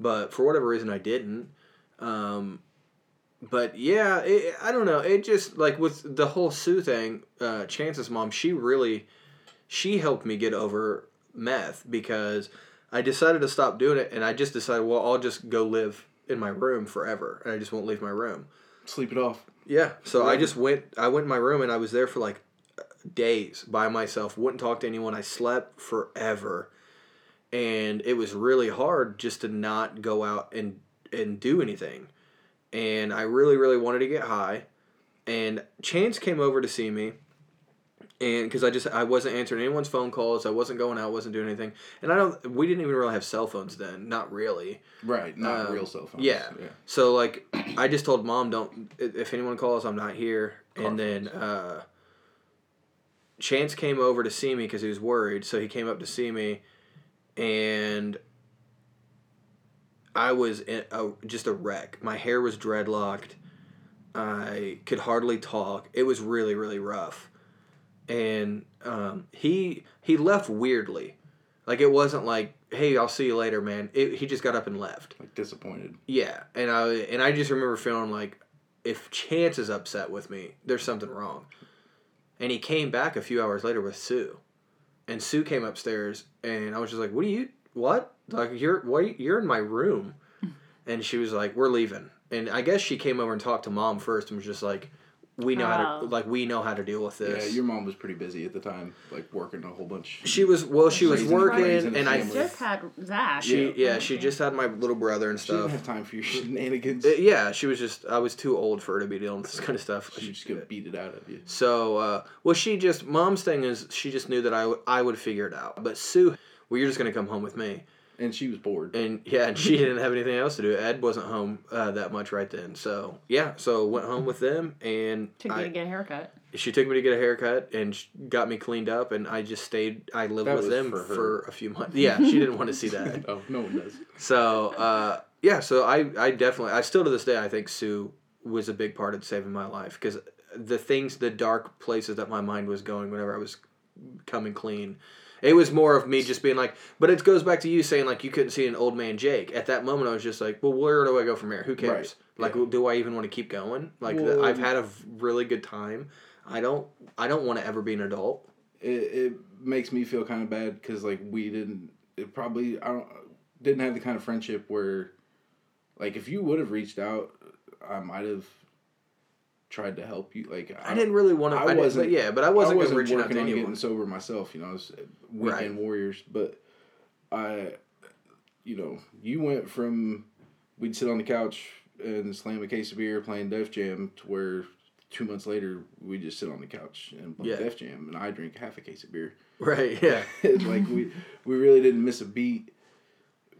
Speaker 1: but for whatever reason I didn't. Um, but yeah, it, I don't know. It just like with the whole Sue thing, uh, Chance's mom, she really she helped me get over meth because I decided to stop doing it, and I just decided, well, I'll just go live in my room forever, and I just won't leave my room.
Speaker 3: Sleep it off.
Speaker 1: Yeah. So I just went. I went in my room and I was there for like days by myself. Wouldn't talk to anyone. I slept forever, and it was really hard just to not go out and and do anything. And I really, really wanted to get high. And Chance came over to see me, and because I just I wasn't answering anyone's phone calls. I wasn't going out. wasn't doing anything. And I don't. We didn't even really have cell phones then. Not really.
Speaker 3: Right, not
Speaker 1: Um,
Speaker 3: real cell phones.
Speaker 1: Yeah. So like, I just told mom, don't if if anyone calls, I'm not here. and then uh, Chance came over to see me because he was worried, so he came up to see me, and I was in a, just a wreck. My hair was dreadlocked. I could hardly talk. It was really really rough, and um, he he left weirdly, like it wasn't like hey I'll see you later man. It, he just got up and left.
Speaker 3: Like disappointed.
Speaker 1: Yeah, and I and I just remember feeling like if Chance is upset with me, there's something wrong. And he came back a few hours later with Sue, and Sue came upstairs, and I was just like, "What do you? What? Like you're what? You're in my room?" And she was like, "We're leaving." And I guess she came over and talked to mom first, and was just like, "We know how to
Speaker 2: Oh.
Speaker 1: like we know how to deal with this."
Speaker 3: Yeah, your mom was pretty busy at the time, like working a whole bunch.
Speaker 1: she was well, she was
Speaker 3: Raising- raising
Speaker 1: working,
Speaker 3: a
Speaker 1: and I
Speaker 3: family.
Speaker 2: Just had Zach.
Speaker 1: she yeah she just had my little brother and
Speaker 3: She didn't
Speaker 1: stuff.
Speaker 3: have time for your shenanigans.
Speaker 1: Uh, yeah, she was just I was too old for her to be dealing with this kind of stuff.
Speaker 3: She's just gonna beat it out of you.
Speaker 1: So, uh, well, she just mom's thing is she just knew that I would- I would figure it out. But Sue, well, you're just gonna come home with me,
Speaker 3: And she was bored.
Speaker 1: and yeah, and she didn't have anything else to do. Ed wasn't home uh, that much right then, so yeah, so went home with them, and
Speaker 2: took
Speaker 1: I-
Speaker 2: me to get a haircut.
Speaker 1: she took me to get a haircut and sh- got me cleaned up, and I just stayed. I lived
Speaker 3: That
Speaker 1: with
Speaker 3: was
Speaker 1: them
Speaker 3: for her.
Speaker 1: for a few months. Yeah, she didn't want to see that.
Speaker 3: oh, no one does.
Speaker 1: So uh, yeah, so I, I definitely I still to this day I think Sue was a big part of saving my life because the things the dark places that my mind was going whenever I was coming clean, it was more of me just being like. But it goes back to you saying like you couldn't see an old man Jake at that moment. I was just like, well, where do I go from here? Who cares? Like, do I even want to keep going? Like, the-
Speaker 3: Well-
Speaker 1: I've had a really good time. I don't I don't want to ever be an adult.
Speaker 3: It, it makes me feel kind of bad because like we didn't. It probably I don't didn't have the kind of friendship where, like, if you would have reached out, I might have tried to help you. Like
Speaker 1: I didn't really want to. I, wasn't. yeah, but I wasn't,
Speaker 3: I wasn't
Speaker 1: reaching out
Speaker 3: working
Speaker 1: to
Speaker 3: on
Speaker 1: anyone.
Speaker 3: getting sober myself. You know, I was weekend
Speaker 1: Right.
Speaker 3: warriors, but I, you know, you went from we'd sit on the couch and slam a case of beer playing Def Jam to where two months later we just sit on the couch and play
Speaker 1: Yeah.
Speaker 3: Def Jam, and I drink half a case of beer.
Speaker 1: Right? Yeah.
Speaker 3: It's like we we really didn't miss a beat.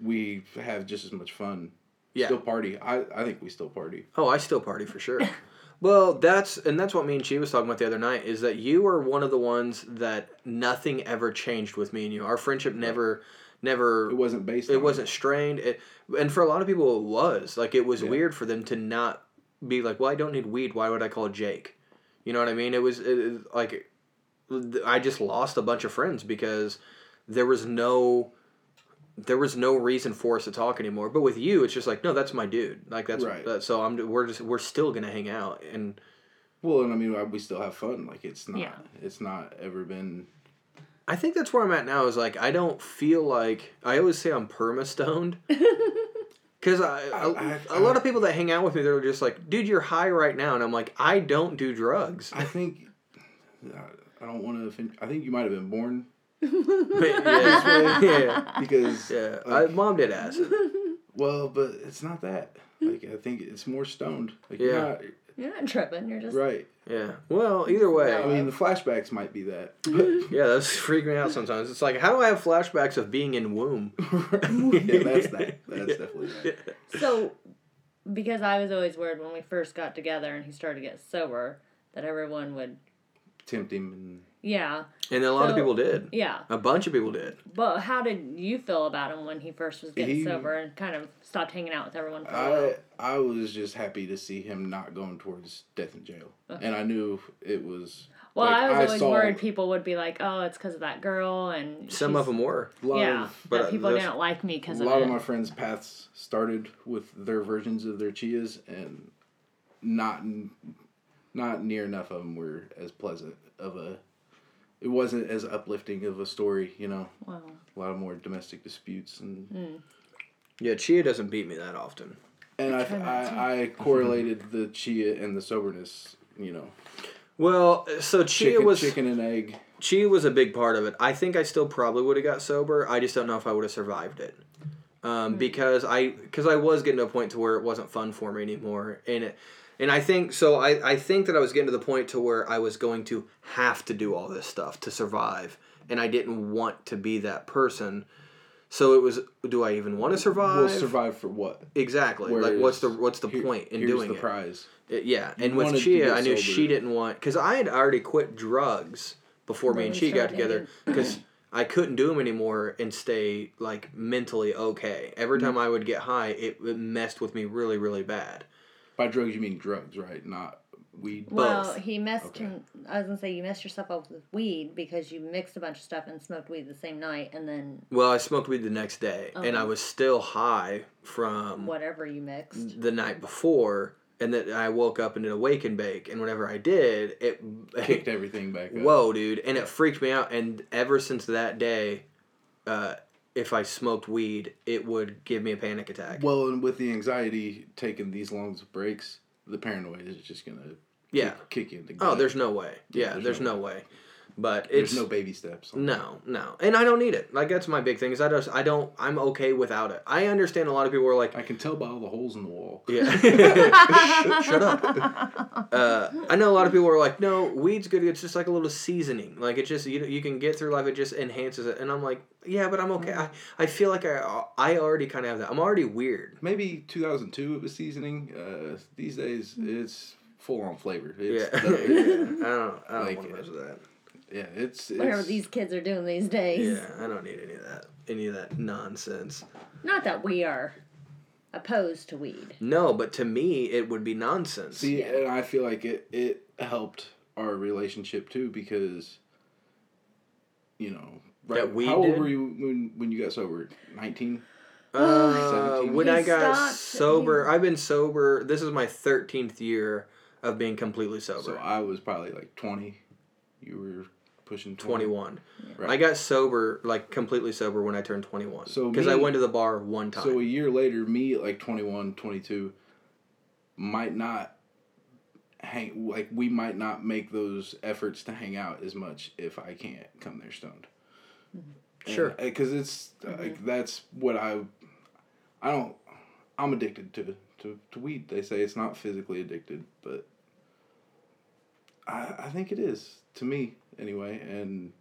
Speaker 3: We have just as much fun.
Speaker 1: Yeah.
Speaker 3: Still party. I, I think we still party.
Speaker 1: Oh, I still party for sure. well, that's and that's what me and she was talking about the other night is that you are one of the ones that nothing ever changed with me and you. Our friendship never, never.
Speaker 3: It wasn't based.
Speaker 1: It
Speaker 3: on
Speaker 1: wasn't strained. It, and for a lot of people, it was like it was weird for them to not be like, "Well, I don't need weed. Why would I call Jake?" You know what I mean? It was it, it- like I just lost a bunch of friends because there was no there was no reason for us to talk anymore. But with you, it's just like no, that's my dude. Like that's
Speaker 3: Right.
Speaker 1: that- so I'm we're just we're still gonna hang out and
Speaker 3: Well, and I mean, I- we still have fun. Like it's not,
Speaker 2: Yeah.
Speaker 3: it's not ever been.
Speaker 1: I think that's where I'm at now. Is like I don't feel like I always say I'm perma stoned. Because I,
Speaker 3: I-
Speaker 1: a- a lot of people that hang out with me, they're just like, dude, you're high right now. And I'm like, I don't do drugs.
Speaker 3: I think. I don't want to offend. I think you might have been born
Speaker 1: But yeah, yeah,
Speaker 3: because.
Speaker 1: yeah. I,
Speaker 3: like,
Speaker 1: mom did acid.
Speaker 3: well, but it's not that. Like I think it's more stoned. Like
Speaker 1: Yeah.
Speaker 3: yeah.
Speaker 2: You're not tripping. You're just.
Speaker 3: right.
Speaker 1: Yeah. Well, either way.
Speaker 3: I mean, the flashbacks might be that. But
Speaker 1: Yeah, those freak me out sometimes. It's like, how do I have flashbacks of being in womb?
Speaker 3: yeah, that's that. That's definitely that.
Speaker 2: So, because I was always worried when we first got together and he started to get sober that everyone would.
Speaker 3: Tempting. And,
Speaker 2: Yeah,
Speaker 1: And a lot of
Speaker 2: So-
Speaker 1: people did.
Speaker 2: yeah.
Speaker 1: A bunch of people did.
Speaker 2: But how did you feel about him when he first was getting
Speaker 3: He-
Speaker 2: sober and kind of stopped hanging out with everyone for a while?
Speaker 3: I I was just happy to see him not going towards death and jail,
Speaker 1: Uh.
Speaker 3: and I knew it was.
Speaker 2: Well,
Speaker 3: like,
Speaker 2: I was always
Speaker 3: saw
Speaker 2: worried people would be like, "Oh, it's because of that girl," and
Speaker 1: Some of
Speaker 2: she's-
Speaker 1: them were.
Speaker 3: A lot
Speaker 2: yeah,
Speaker 3: of
Speaker 1: but, uh,
Speaker 2: that people
Speaker 1: those-
Speaker 2: didn't like me because
Speaker 3: a
Speaker 2: of
Speaker 3: lot
Speaker 2: it.
Speaker 3: of my friends' paths started with their versions of their chias, and not not near enough of them were as pleasant of a. It wasn't as uplifting of a story, you know.
Speaker 2: Wow.
Speaker 3: A lot of more domestic disputes, and
Speaker 1: Yeah, Chia doesn't beat me that often.
Speaker 3: and I, I I correlated the chia and the soberness, you know.
Speaker 1: Well, so Chia
Speaker 3: Chicken,
Speaker 1: was
Speaker 3: chicken and egg.
Speaker 1: Chia was a big part of it. I think I still probably would have got sober. I just don't know if I would have survived it.
Speaker 3: Hmm.
Speaker 1: Um, because I because I was getting to a point to where it wasn't fun for me anymore and it and I think so I, I think that I was getting to the point to where I was going to have to do all this stuff to survive and I didn't want to be that person. So it was do I even want to survive?
Speaker 3: Will survive for what?
Speaker 1: Exactly. like
Speaker 3: Whereas
Speaker 1: what's the what's the
Speaker 3: here-
Speaker 1: point in
Speaker 3: here's
Speaker 1: doing
Speaker 3: the
Speaker 1: it?
Speaker 3: prize.
Speaker 1: It- Uh, yeah, and
Speaker 3: wanted
Speaker 1: with
Speaker 3: to
Speaker 1: Chia,
Speaker 3: get
Speaker 1: I knew
Speaker 3: sober.
Speaker 1: she didn't want because I had already quit drugs before me
Speaker 2: When
Speaker 1: and
Speaker 2: we
Speaker 1: she got
Speaker 2: started
Speaker 1: together because I couldn't do them anymore and stay like mentally okay. Every
Speaker 3: Mm-hmm.
Speaker 1: time I would get high, it, it messed with me really, really bad.
Speaker 3: By drugs, you mean drugs, right? Not weed.
Speaker 2: Well,
Speaker 1: Both.
Speaker 2: he messed.
Speaker 3: Okay.
Speaker 2: him- I was gonna say you messed yourself up with weed because you mixed a bunch of stuff and smoked weed the same night, and then
Speaker 1: Well, I smoked weed the next day,
Speaker 3: Oh,
Speaker 1: and I was still high from
Speaker 2: whatever you mixed.
Speaker 1: the night before, and then I woke up and did a wake and bake, and whenever I did, it
Speaker 3: Kicked everything back up.
Speaker 1: whoa dude and it freaked me out and ever since that day uh, if i smoked weed it would give me a panic attack
Speaker 3: Well, and with the anxiety taking these long breaks, the paranoia is just gonna
Speaker 1: yeah
Speaker 3: kick you in the
Speaker 1: oh
Speaker 3: gut.
Speaker 1: there's no way yeah,
Speaker 3: there's
Speaker 1: there's,
Speaker 3: no
Speaker 1: no way, but
Speaker 3: there's
Speaker 1: it's
Speaker 3: no baby steps. on
Speaker 1: no no and i don't need it like that's my big thing is i just i don't i'm okay without it i understand a lot of people are like
Speaker 3: it. I can tell by all the holes in the wall.
Speaker 1: Yeah. shut, shut up. Uh, I know a lot of people are like, no, weed's good. It's just like a little seasoning. Like it just you know you can get through life. It just enhances it. And I'm like, yeah, but I'm okay. I, I feel like I I already kind of have that. I'm already weird.
Speaker 3: Maybe 2002 it was seasoning. Uh, these days it's full on flavor.
Speaker 1: Mm. Yeah.
Speaker 3: It's
Speaker 1: I
Speaker 3: the-
Speaker 1: don't. I don't
Speaker 3: Like
Speaker 1: want to
Speaker 3: it.
Speaker 1: mess with that.
Speaker 3: yeah. It's, it's
Speaker 2: Whatever these kids are doing these days.
Speaker 1: Yeah, I don't need any of that. Any of that nonsense.
Speaker 2: Not that we are opposed to weed.
Speaker 1: No, but to me, it would be nonsense.
Speaker 3: See, and I feel like it it helped our relationship too because, you know, right,
Speaker 1: That we
Speaker 3: how old
Speaker 1: did?
Speaker 3: were you when when you got sober? Nineteen.
Speaker 1: Uh, when
Speaker 2: He
Speaker 1: I got
Speaker 2: stopped-
Speaker 1: sober, I've been sober. This is my 13th year of being completely sober.
Speaker 3: So I was probably like twenty. You were pushing 20.
Speaker 1: 21.
Speaker 3: Right.
Speaker 1: I got sober, like completely sober, when I turned 21.
Speaker 3: So
Speaker 1: because I
Speaker 3: me-
Speaker 1: went to the bar one time.
Speaker 3: So a year later, me at like 21, 22, might not hang like we might not make those efforts to hang out as much if I can't come there stoned.
Speaker 1: Sure.
Speaker 3: because it's like that's what I, I don't, I'm addicted to to to weed. They say it's not physically addicted, but I I think it is to me anyway, and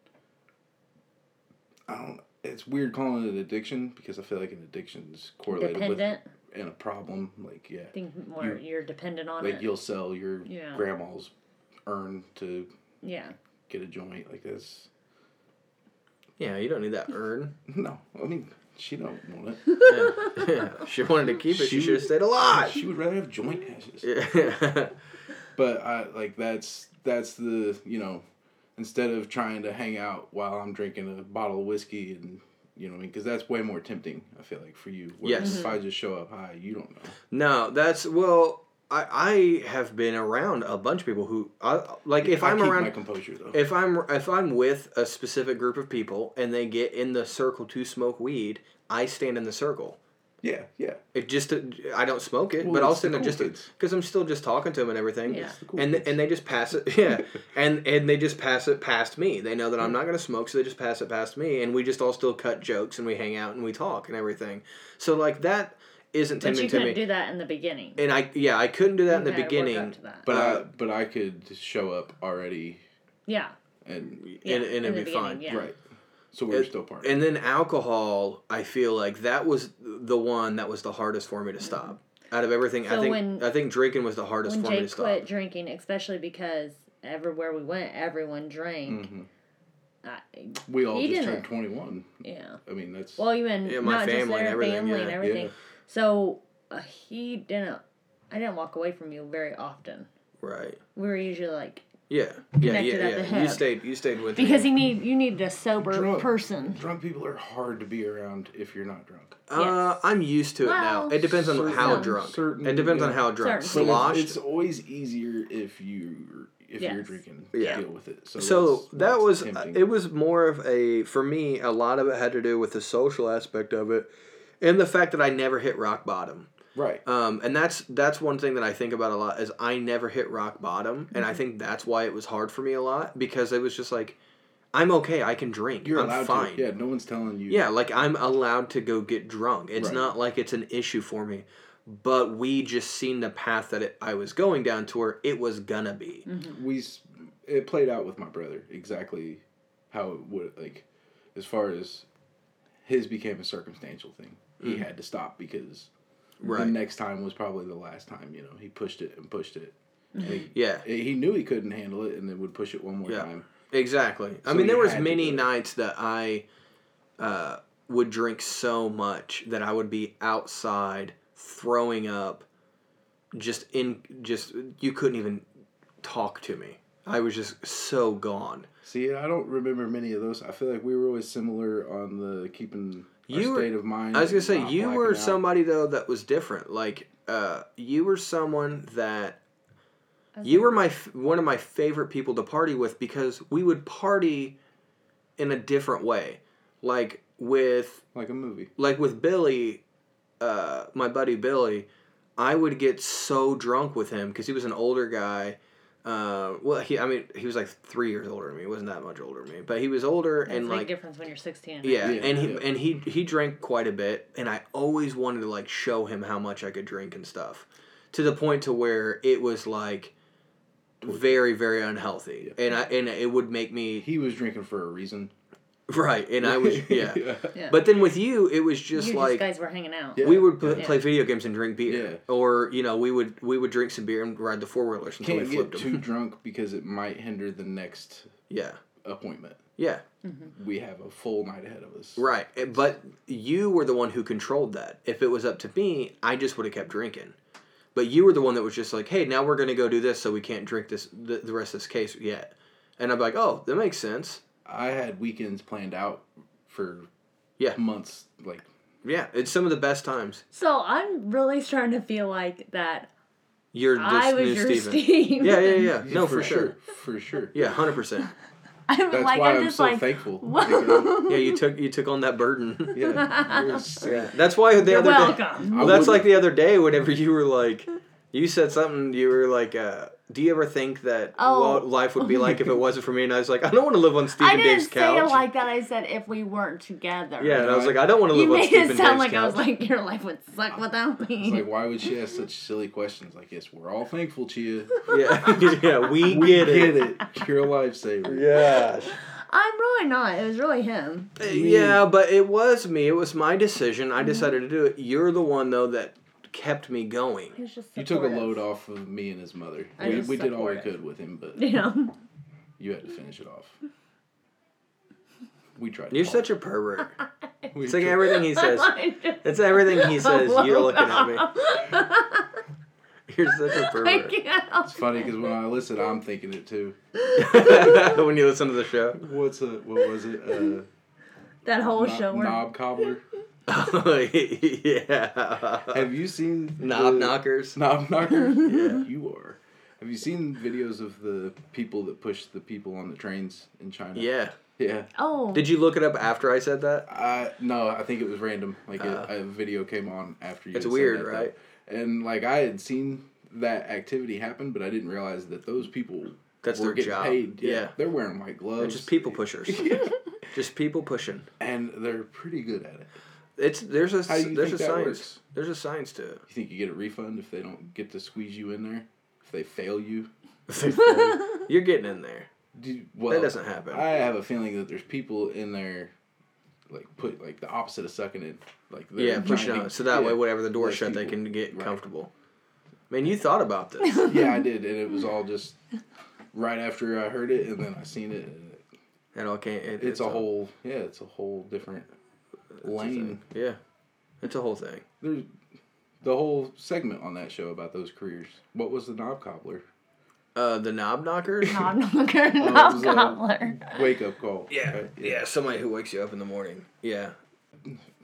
Speaker 3: I don't. It's weird calling it addiction because I feel like an addiction is correlated
Speaker 2: Dependent.
Speaker 3: with and a problem. Like yeah,
Speaker 2: I think more you, are dependent on
Speaker 3: like
Speaker 2: it.
Speaker 3: you'll sell your
Speaker 2: Yeah.
Speaker 3: grandma's urn to
Speaker 2: Yeah.
Speaker 3: get a joint. Like that's
Speaker 1: yeah, you don't need that urn.
Speaker 3: no. I mean she don't want it.
Speaker 1: Yeah. she wanted to keep it. She,
Speaker 3: She-
Speaker 1: should have stayed alive.
Speaker 3: She would rather have joint ashes.
Speaker 1: Yeah.
Speaker 3: But I like that's that's the you know instead of trying to hang out while I'm drinking a bottle of whiskey and you know what I mean because that's way more tempting I feel like for you. Whereas
Speaker 1: Yes. Mm-hmm.
Speaker 3: If I just show up high, you don't know.
Speaker 1: No, that's well. I I have been around a bunch of people who I like. If
Speaker 3: I
Speaker 1: I'm
Speaker 3: keep
Speaker 1: around,
Speaker 3: my composure though.
Speaker 1: if I'm if I'm with a specific group of people and they get in the circle to smoke weed, I stand in the circle.
Speaker 3: yeah, yeah.
Speaker 1: It just to- I don't smoke it,
Speaker 3: Well,
Speaker 1: but I'll
Speaker 3: it's
Speaker 1: stand
Speaker 3: the
Speaker 1: there
Speaker 3: cool
Speaker 1: just
Speaker 3: kids.
Speaker 1: because I'm still just talking to them and everything.
Speaker 2: Yeah. It's
Speaker 3: the cool
Speaker 1: and
Speaker 3: kids.
Speaker 1: and they just pass it, yeah, and and they just pass it past me. They know that I'm not gonna smoke, so they just pass it past me, and we just all still cut jokes and we hang out and we talk and everything. So like that isn't
Speaker 2: But
Speaker 1: tempting
Speaker 2: you
Speaker 1: to
Speaker 2: couldn't
Speaker 1: me.
Speaker 2: do that in the beginning.
Speaker 1: and I yeah I couldn't do that in the
Speaker 2: You had to work up
Speaker 1: beginning.
Speaker 2: to that.
Speaker 3: But
Speaker 1: Uh,
Speaker 3: I but I could show up already
Speaker 2: yeah.
Speaker 3: and
Speaker 2: Yeah,
Speaker 1: and, and
Speaker 2: in
Speaker 1: it'd
Speaker 2: the
Speaker 1: be
Speaker 2: beginning,
Speaker 1: fine.
Speaker 2: yeah.
Speaker 3: right. So we were
Speaker 1: It-
Speaker 3: still part.
Speaker 1: And then alcohol, I feel like that was the one that was the hardest for me to stop. Out of everything, I
Speaker 2: Mm-hmm. So
Speaker 1: think
Speaker 2: when-
Speaker 1: I think drinking was the hardest
Speaker 2: When
Speaker 1: for me to
Speaker 2: Jake
Speaker 1: stop.
Speaker 2: quit drinking, especially because everywhere we went, everyone drank.
Speaker 1: Mm-hmm.
Speaker 3: Mhm.
Speaker 2: I,
Speaker 3: We all
Speaker 2: He
Speaker 3: just
Speaker 2: didn't.
Speaker 3: turned twenty one.
Speaker 2: yeah.
Speaker 3: I mean that's
Speaker 2: Well, even
Speaker 1: Yeah, my
Speaker 2: not just
Speaker 1: family and
Speaker 2: their
Speaker 1: everything,
Speaker 2: family
Speaker 1: yeah,
Speaker 2: and
Speaker 1: yeah.
Speaker 2: everything. So uh, he didn't. I didn't walk away from you very often.
Speaker 1: Right.
Speaker 2: We were usually like
Speaker 1: Yeah. Yeah.
Speaker 2: Connected
Speaker 1: Yeah.
Speaker 2: at the
Speaker 1: Yeah. You
Speaker 2: hip.
Speaker 1: stayed. You stayed with
Speaker 2: because
Speaker 1: me.
Speaker 2: you need you needed a sober
Speaker 3: Drunk.
Speaker 2: person.
Speaker 3: drunk people are hard to be around if you're not drunk.
Speaker 1: Uh, I'm used to it now.
Speaker 2: Well,
Speaker 1: It depends on
Speaker 3: Certain-
Speaker 1: how
Speaker 2: Some.
Speaker 1: drunk.
Speaker 3: certain-
Speaker 1: it depends on
Speaker 3: yeah.
Speaker 1: how drunk.
Speaker 2: Certain.
Speaker 3: But
Speaker 1: Sloshed.
Speaker 3: it's, it's always easier if you if you're
Speaker 2: Yes.
Speaker 3: drinking
Speaker 1: Yeah.
Speaker 3: to deal with it. So,
Speaker 1: so
Speaker 3: that's-
Speaker 1: that
Speaker 3: that's
Speaker 1: was uh,
Speaker 3: tempting.
Speaker 1: it was more of a for me a lot of it had to do with the social aspect of it and the fact that i never hit rock bottom
Speaker 3: right.
Speaker 1: Um, and that's that's one thing that I think about a lot is I never hit rock bottom, and
Speaker 3: Mm-hmm.
Speaker 1: I think that's why it was hard for me a lot because it was just like, I'm okay, I can drink,
Speaker 3: You're
Speaker 1: I'm
Speaker 3: allowed
Speaker 1: fine.
Speaker 3: to.
Speaker 1: Yeah.
Speaker 3: Yeah, no one's telling you.
Speaker 1: like I'm allowed to go get drunk. It's
Speaker 3: Right.
Speaker 1: not like it's an issue for me, but we just seen the path that it, I was going down to where it was gonna be.
Speaker 3: we s- it played out with my brother exactly how it would like as far as his became a circumstantial thing. He had to stop because
Speaker 1: Mm. Right.
Speaker 3: the next time was probably the last time. You know, he pushed it and pushed it. And he,
Speaker 1: Yeah,
Speaker 3: he knew he couldn't handle it, and then would push it one more
Speaker 1: Mm-hmm. Yeah.
Speaker 3: time.
Speaker 1: exactly. I
Speaker 3: So
Speaker 1: mean, there
Speaker 3: you
Speaker 1: was
Speaker 3: had to
Speaker 1: many
Speaker 3: do it.
Speaker 1: nights that I uh, would drink so much that I would be outside throwing up just in just you couldn't even talk to me. I was just so gone.
Speaker 3: See, I don't remember many of those. I feel like we were always similar on the keeping our
Speaker 1: You were-
Speaker 3: state of mind.
Speaker 1: I was gonna
Speaker 3: and
Speaker 1: say
Speaker 3: not
Speaker 1: you
Speaker 3: blacking
Speaker 1: were
Speaker 3: out.
Speaker 1: somebody though that was different. Like uh, you were someone that you were my f- one of my favorite people to party with because we would party in a different way, like with
Speaker 3: like a movie.
Speaker 1: like with Billy, uh, my buddy Billy, I would get so drunk with him because he was an older guy. Uh, well, he I mean he was like three years older than me. He wasn't that much older than me, but he was older
Speaker 2: That's a
Speaker 1: and
Speaker 2: big
Speaker 1: like
Speaker 2: difference when you're 16. and
Speaker 1: yeah,
Speaker 3: Yeah,
Speaker 1: and he
Speaker 3: yeah.
Speaker 1: and he he drank quite a bit, and I always wanted to like show him how much I could drink and stuff, to the point to where it was like very very unhealthy, and I and it would make me
Speaker 3: He was drinking for a reason.
Speaker 1: right, and I was yeah.
Speaker 2: Yeah.
Speaker 1: But then with you, it was
Speaker 2: You
Speaker 1: just
Speaker 2: just
Speaker 1: like
Speaker 2: guys were hanging out.
Speaker 3: Yeah.
Speaker 1: we would pl-
Speaker 2: Yeah.
Speaker 1: play video games and drink beer,
Speaker 3: Yeah.
Speaker 1: or you know, we would we would drink some beer and ride the four wheelers until
Speaker 3: Can't
Speaker 1: we
Speaker 3: get
Speaker 1: flipped them.
Speaker 3: too drunk because it might hinder the next
Speaker 1: yeah,
Speaker 3: appointment.
Speaker 1: yeah,
Speaker 3: We have a full night ahead of us.
Speaker 1: right. Eh, But you were the one who controlled that. If it was up to me, I just would have kept drinking. But you were the one that was just like, "Hey, now we're gonna go do this, so we can't drink this the, the rest of this case yet." And I'm like, "Oh, that makes sense."
Speaker 3: I had weekends planned out for
Speaker 1: Yeah.
Speaker 3: months. Like
Speaker 1: Yeah, it's some of the best times.
Speaker 2: So I'm really starting to feel like that
Speaker 1: You're this
Speaker 2: I was
Speaker 1: new
Speaker 2: your
Speaker 1: Steven.
Speaker 2: Steve.
Speaker 1: Yeah, yeah, yeah. No, for, sure.
Speaker 3: for sure.
Speaker 1: Yeah, hundred percent.
Speaker 2: I'm
Speaker 3: That's
Speaker 2: like
Speaker 3: why
Speaker 2: I'm,
Speaker 3: I'm,
Speaker 2: just
Speaker 3: so
Speaker 2: like
Speaker 3: thankful.
Speaker 1: Yeah, you took you took on that burden.
Speaker 3: Yeah, it was-
Speaker 1: That's why the
Speaker 2: you're
Speaker 1: other day.
Speaker 2: welcome.
Speaker 3: I
Speaker 1: Well, that's
Speaker 3: wouldn't-
Speaker 1: like the other day whenever you were like, you said something, you were like, uh, do you ever think that
Speaker 2: Oh.
Speaker 1: what life would be like if it wasn't for me? And I was like, I don't want to live on
Speaker 2: I
Speaker 1: Stephen
Speaker 2: didn't
Speaker 1: Dave's
Speaker 2: say
Speaker 1: couch.
Speaker 2: it like that. I said if we weren't together.
Speaker 1: yeah, and I was like, I don't want to live
Speaker 2: You
Speaker 1: on
Speaker 2: made
Speaker 1: Stephen
Speaker 2: it
Speaker 1: Dave's
Speaker 2: sound like
Speaker 1: couch.
Speaker 2: I was like your life would suck without
Speaker 3: It's
Speaker 2: me.
Speaker 3: like, why would she ask such silly questions like this? We're all thankful, Chia.
Speaker 1: yeah, yeah, we, get, it.
Speaker 3: Get it. You're a lifesaver.
Speaker 1: Yeah.
Speaker 2: I'm really not. It was really him.
Speaker 1: Uh, Yeah, but it was me. It was my decision.
Speaker 2: Mm-hmm.
Speaker 1: I decided to do it. You're the one though that kept me
Speaker 2: He
Speaker 1: going.
Speaker 2: was just
Speaker 3: You took a
Speaker 2: supportive.
Speaker 3: load off of me and his mother.
Speaker 2: I
Speaker 3: we
Speaker 2: was
Speaker 3: we did all we
Speaker 2: supportive.
Speaker 3: could with him, but
Speaker 2: Yeah.
Speaker 3: you had to finish it off. We tried.
Speaker 1: You're such a pervert.
Speaker 3: We
Speaker 1: It's like
Speaker 3: tried-
Speaker 1: everything he says. It's everything he says. You're looking at me. You're such a
Speaker 2: I
Speaker 1: pervert.
Speaker 2: can't.
Speaker 3: It's funny because when I listen, I'm thinking it too.
Speaker 1: when you listen to the show.
Speaker 3: What's a what was it? Uh,
Speaker 2: That whole
Speaker 3: knob,
Speaker 2: show. where-
Speaker 3: knob cobbler.
Speaker 1: yeah.
Speaker 3: Have you seen
Speaker 1: Uh, Knob
Speaker 3: the-
Speaker 1: knockers.
Speaker 3: Knob knocker. yeah, you are. Have you seen videos of the people that push the people on the trains in China?
Speaker 1: Yeah.
Speaker 3: Yeah.
Speaker 2: Oh.
Speaker 1: Did you look it up after I said that?
Speaker 3: I no, I think it was random. Like
Speaker 1: Uh,
Speaker 3: a, a video came on after you.
Speaker 1: It's
Speaker 3: had said
Speaker 1: weird,
Speaker 3: that, though.
Speaker 1: right?
Speaker 3: And like I had seen that activity happen, but I didn't realize that those people
Speaker 1: That's
Speaker 3: were
Speaker 1: their
Speaker 3: getting
Speaker 1: job.
Speaker 3: paid. Yeah,
Speaker 1: Yeah.
Speaker 3: they're wearing white gloves.
Speaker 1: They're just people pushers. just people pushing.
Speaker 3: and they're pretty good at it.
Speaker 1: It's there's a
Speaker 3: How do you
Speaker 1: there's a
Speaker 3: think that
Speaker 1: science.
Speaker 3: works?
Speaker 1: There's a science to it.
Speaker 3: You think you get a refund if they don't get to squeeze you in there? If they fail you?
Speaker 1: You're getting in there.
Speaker 3: Do you- well,
Speaker 1: That doesn't happen.
Speaker 3: I have a feeling that there's people in there, like put like the opposite of sucking it, like they're
Speaker 1: yeah,
Speaker 3: trying
Speaker 1: pushing
Speaker 3: to-
Speaker 1: on. So that
Speaker 3: yeah.
Speaker 1: way, whatever the door's
Speaker 3: There's
Speaker 1: shut, they
Speaker 3: people-
Speaker 1: can get
Speaker 3: right.
Speaker 1: comfortable. Man, you thought about this.
Speaker 3: Yeah, I did, and it was all just right after I heard it, and then I seen it. And it
Speaker 1: It all can't. It,
Speaker 3: it's, a whole yeah, it's a whole different lane.
Speaker 1: Yeah, it's a whole thing.
Speaker 3: There's the whole segment on that show about those careers. What was the knob cobbler?
Speaker 1: Uh, the knob knockers.
Speaker 2: Knob knocker,
Speaker 3: it
Speaker 2: knob
Speaker 3: was, uh,
Speaker 2: gobbler.
Speaker 3: Wake up call.
Speaker 1: Yeah,
Speaker 3: right?
Speaker 1: yeah, somebody who wakes you up in the morning. Yeah,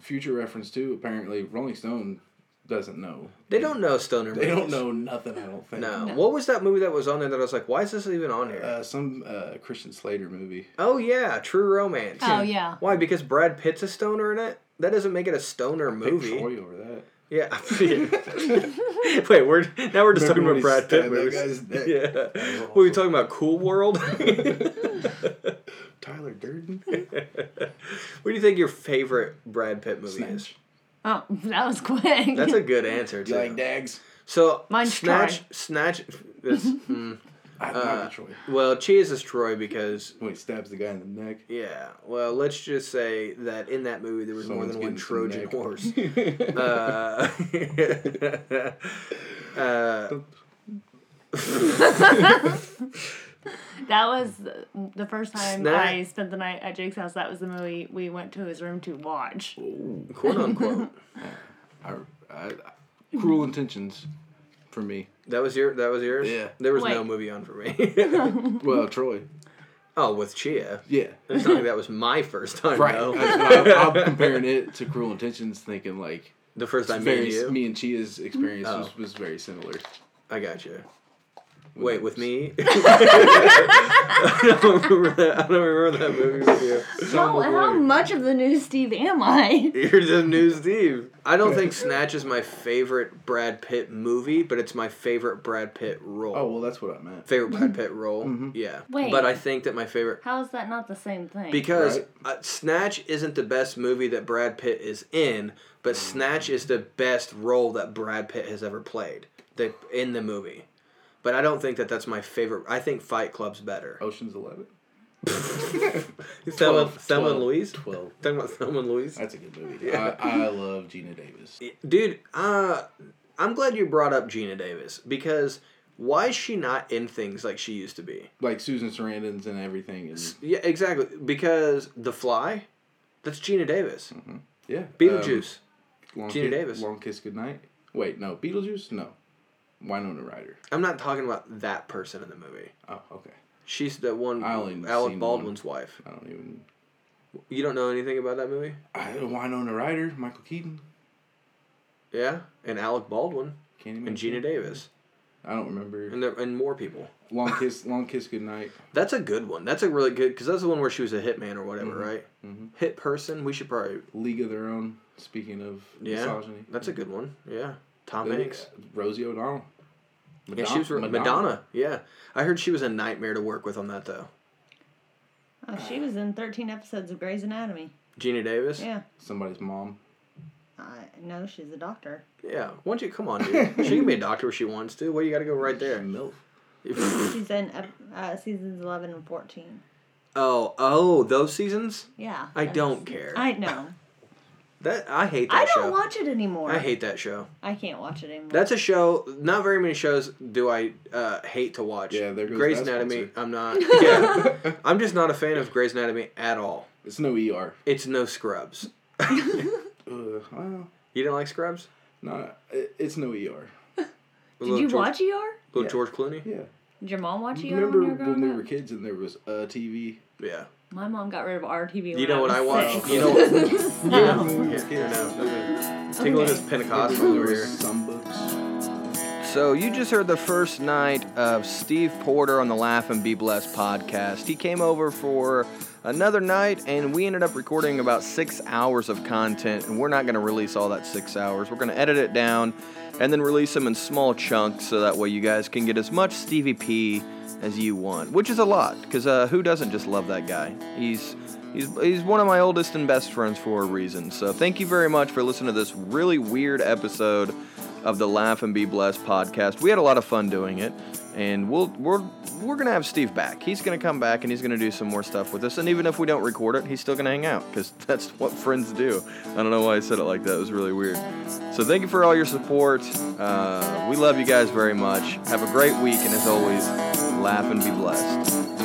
Speaker 3: Future reference too. Apparently, Rolling Stone doesn't know.
Speaker 1: they don't know stoner.
Speaker 3: They don't
Speaker 1: movies.
Speaker 3: know nothing. I don't think.
Speaker 1: No. What was that movie that was on there that I was like, why is this even on here?
Speaker 3: Uh, some uh, Christian Slater movie.
Speaker 1: oh yeah, True Romance.
Speaker 2: Oh, yeah.
Speaker 1: Why? Because Brad Pitt's a stoner in it. That doesn't make it a stoner movie.
Speaker 3: Big Troy over that.
Speaker 1: Yeah. Wait, we're now we're just
Speaker 3: Remember
Speaker 1: talking
Speaker 3: when
Speaker 1: about
Speaker 3: he
Speaker 1: Brad Pitt
Speaker 3: stabbed that
Speaker 1: movies.
Speaker 3: guy's neck?
Speaker 1: Yeah.
Speaker 3: was
Speaker 1: What are you
Speaker 3: awesome.
Speaker 1: talking about? Cool World.
Speaker 3: Tyler Durden.
Speaker 1: What do you think your favorite Brad Pitt movie is?
Speaker 3: Snatch.
Speaker 2: Oh, that was quick.
Speaker 1: That's a good answer
Speaker 3: You
Speaker 1: too.
Speaker 3: like Dags?
Speaker 1: So
Speaker 2: Mine's
Speaker 1: snatch,
Speaker 2: Troy.
Speaker 1: snatch. Is, mm,
Speaker 3: I like Troy.
Speaker 1: well, Cheese is Troy because
Speaker 3: When he stabs the guy in the neck.
Speaker 1: yeah. Well, let's just say that in that movie there was
Speaker 3: Someone's
Speaker 1: more than one
Speaker 3: getting some
Speaker 1: Trojan
Speaker 3: neck.
Speaker 1: horse. uh, uh,
Speaker 2: That was the- the first time
Speaker 1: Snack.
Speaker 2: I spent the night at Jake's house. That was the movie we went to his room to watch.
Speaker 1: Oh, quote unquote.
Speaker 3: I, I, cruel intentions for me.
Speaker 1: That was your. That was yours.
Speaker 3: Yeah.
Speaker 1: There was no
Speaker 2: Wait.
Speaker 1: movie on for me.
Speaker 3: Well, Troy.
Speaker 1: oh, with Chia.
Speaker 3: Yeah.
Speaker 1: It's not like that was my first time.
Speaker 3: Right.
Speaker 1: though.
Speaker 3: That's what I'm, I'm comparing it to Cruel Intentions, thinking like
Speaker 1: The first time
Speaker 3: very,
Speaker 1: meeting you. Oh.
Speaker 3: me and Chia's experience was, was very similar.
Speaker 1: I got you. Wait, with
Speaker 3: was-
Speaker 1: me? I, don't remember that. I don't remember that movie with you.
Speaker 2: How, Oh, how much of the new Steve am I?
Speaker 1: You're the new Steve. I don't think Snatch is my favorite Brad Pitt movie, but it's my favorite Brad Pitt role.
Speaker 3: Oh Mm-hmm. well, that's what I meant.
Speaker 1: Favorite Brad Pitt role? Yeah.
Speaker 2: Wait.
Speaker 1: But I think that my favorite.
Speaker 2: How is that not the same thing?
Speaker 1: Because
Speaker 3: Right.
Speaker 1: uh, Snatch isn't the best movie that Brad Pitt is in, but
Speaker 3: Mm.
Speaker 1: Snatch is the best role that Brad Pitt has ever played the, in the movie. But I don't think that that's my favorite. I think Fight Club's better.
Speaker 3: Ocean's Eleven.
Speaker 1: Thelma,
Speaker 3: Oh, Twelve.
Speaker 1: Thelma and
Speaker 3: Twelve.
Speaker 1: Louise?
Speaker 3: Twelve.
Speaker 1: Talking about Thelma and Louise?
Speaker 3: That's a good movie. I, I love Gina Davis.
Speaker 1: Dude, uh, I'm glad you brought up Gina Davis because why is she not in things like she used to be?
Speaker 3: Like Susan Sarandon's and everything. And,
Speaker 1: Yeah, exactly. Because The Fly, that's Gina Davis.
Speaker 3: yeah.
Speaker 1: Beetlejuice.
Speaker 3: Mm, Um, long
Speaker 1: Gina
Speaker 3: Kiss-
Speaker 1: Davis.
Speaker 3: Long Kiss Goodnight. Wait, no. Beetlejuice? No. Winona Ryder.
Speaker 1: I'm not talking about that person in the movie.
Speaker 3: Oh, okay.
Speaker 1: She's the one
Speaker 3: I only
Speaker 1: Alec
Speaker 3: seen
Speaker 1: Baldwin's wife.
Speaker 3: I don't even.
Speaker 1: You don't know anything about that movie?
Speaker 3: I, Winona Ryder, Michael Keaton,
Speaker 1: Yeah, and Alec Baldwin
Speaker 3: Candyman.
Speaker 1: and Gina Davis
Speaker 3: I don't remember.
Speaker 1: and there, and more people.
Speaker 3: Long kiss, long kiss, goodnight.
Speaker 1: That's a good one. That's a really good because that's the one where she was a hitman or whatever,
Speaker 3: Mm-hmm.
Speaker 1: right? Hit person. We should probably
Speaker 3: League of Their Own. Speaking of
Speaker 1: yeah.
Speaker 3: misogyny,
Speaker 1: That's a good one. Yeah, Tom
Speaker 3: They-
Speaker 1: Hanks.
Speaker 3: Rosie O'Donnell.
Speaker 1: Yeah, she was Madonna. Madonna. Yeah, I heard she was a nightmare to work with on that though.
Speaker 2: oh, she was in 13 episodes of Grey's Anatomy.
Speaker 1: Gina Davis.
Speaker 2: Yeah.
Speaker 3: Somebody's mom.
Speaker 2: I know she's a doctor.
Speaker 1: Yeah. Why don't you come on, dude? she can be a doctor if she wants to. Well, you got to go right there.
Speaker 3: Milf.
Speaker 2: She's in ep- uh, seasons 11 and 14.
Speaker 1: oh, oh, those seasons.
Speaker 2: Yeah.
Speaker 1: I
Speaker 2: that's-
Speaker 1: don't care.
Speaker 2: I know.
Speaker 1: That I hate that
Speaker 2: I
Speaker 1: show.
Speaker 2: don't watch it anymore.
Speaker 1: I hate that show.
Speaker 2: I can't watch it anymore.
Speaker 1: That's a show. Not very many shows do I uh, hate to watch.
Speaker 3: Yeah, there goes
Speaker 1: Grey's
Speaker 3: that
Speaker 1: Anatomy.
Speaker 3: sponsor.
Speaker 1: I'm not. Yeah, I'm just not a fan of Grey's Anatomy at all.
Speaker 3: It's no ER.
Speaker 1: It's no Scrubs.
Speaker 3: Ugh, well,
Speaker 1: You didn't like Scrubs?
Speaker 3: E not. It, it's no ER.
Speaker 2: Did you
Speaker 1: George,
Speaker 2: watch ER?
Speaker 1: Little
Speaker 3: Yeah.
Speaker 1: George Clooney?
Speaker 3: Yeah.
Speaker 2: Did your mom watch ER
Speaker 3: Remember
Speaker 2: when you were
Speaker 3: when
Speaker 2: growing
Speaker 3: we
Speaker 2: up?
Speaker 3: were kids and there was a TV?
Speaker 1: Yeah.
Speaker 2: My mom got rid of RTV. When
Speaker 1: You know what I
Speaker 2: was
Speaker 1: watch?
Speaker 2: six.
Speaker 1: You know what?
Speaker 2: No.
Speaker 1: Here, here now.
Speaker 2: Tingling
Speaker 1: Tingling
Speaker 2: Okay.
Speaker 1: his
Speaker 2: his
Speaker 1: Pentecostal over here.
Speaker 3: Some books.
Speaker 1: So you just heard the first night of Steve Porter on the Laugh and Be Blessed podcast. He came over for another night, and we ended up recording about six hours of content. And we're not going to release all that six hours. We're going to edit it down, and then release them in small chunks, so that way you guys can get as much Stevie P as you want, which is a lot, because uh, who doesn't just love that guy? He's He's, he's one of my oldest and best friends for a reason. So, thank you very much for listening to this really weird episode of the Laugh and Be Blessed podcast. We had a lot of fun doing it, and we'll we're we're gonna have Steve back. He's gonna come back and he's gonna do some more stuff with us. And even if we don't record it, he's still gonna hang out because that's what friends do. I don't know why I said it like that. It was really weird. So thank you for all your support. Uh, we love you guys very much. Have a great week, and as always, laugh and be blessed.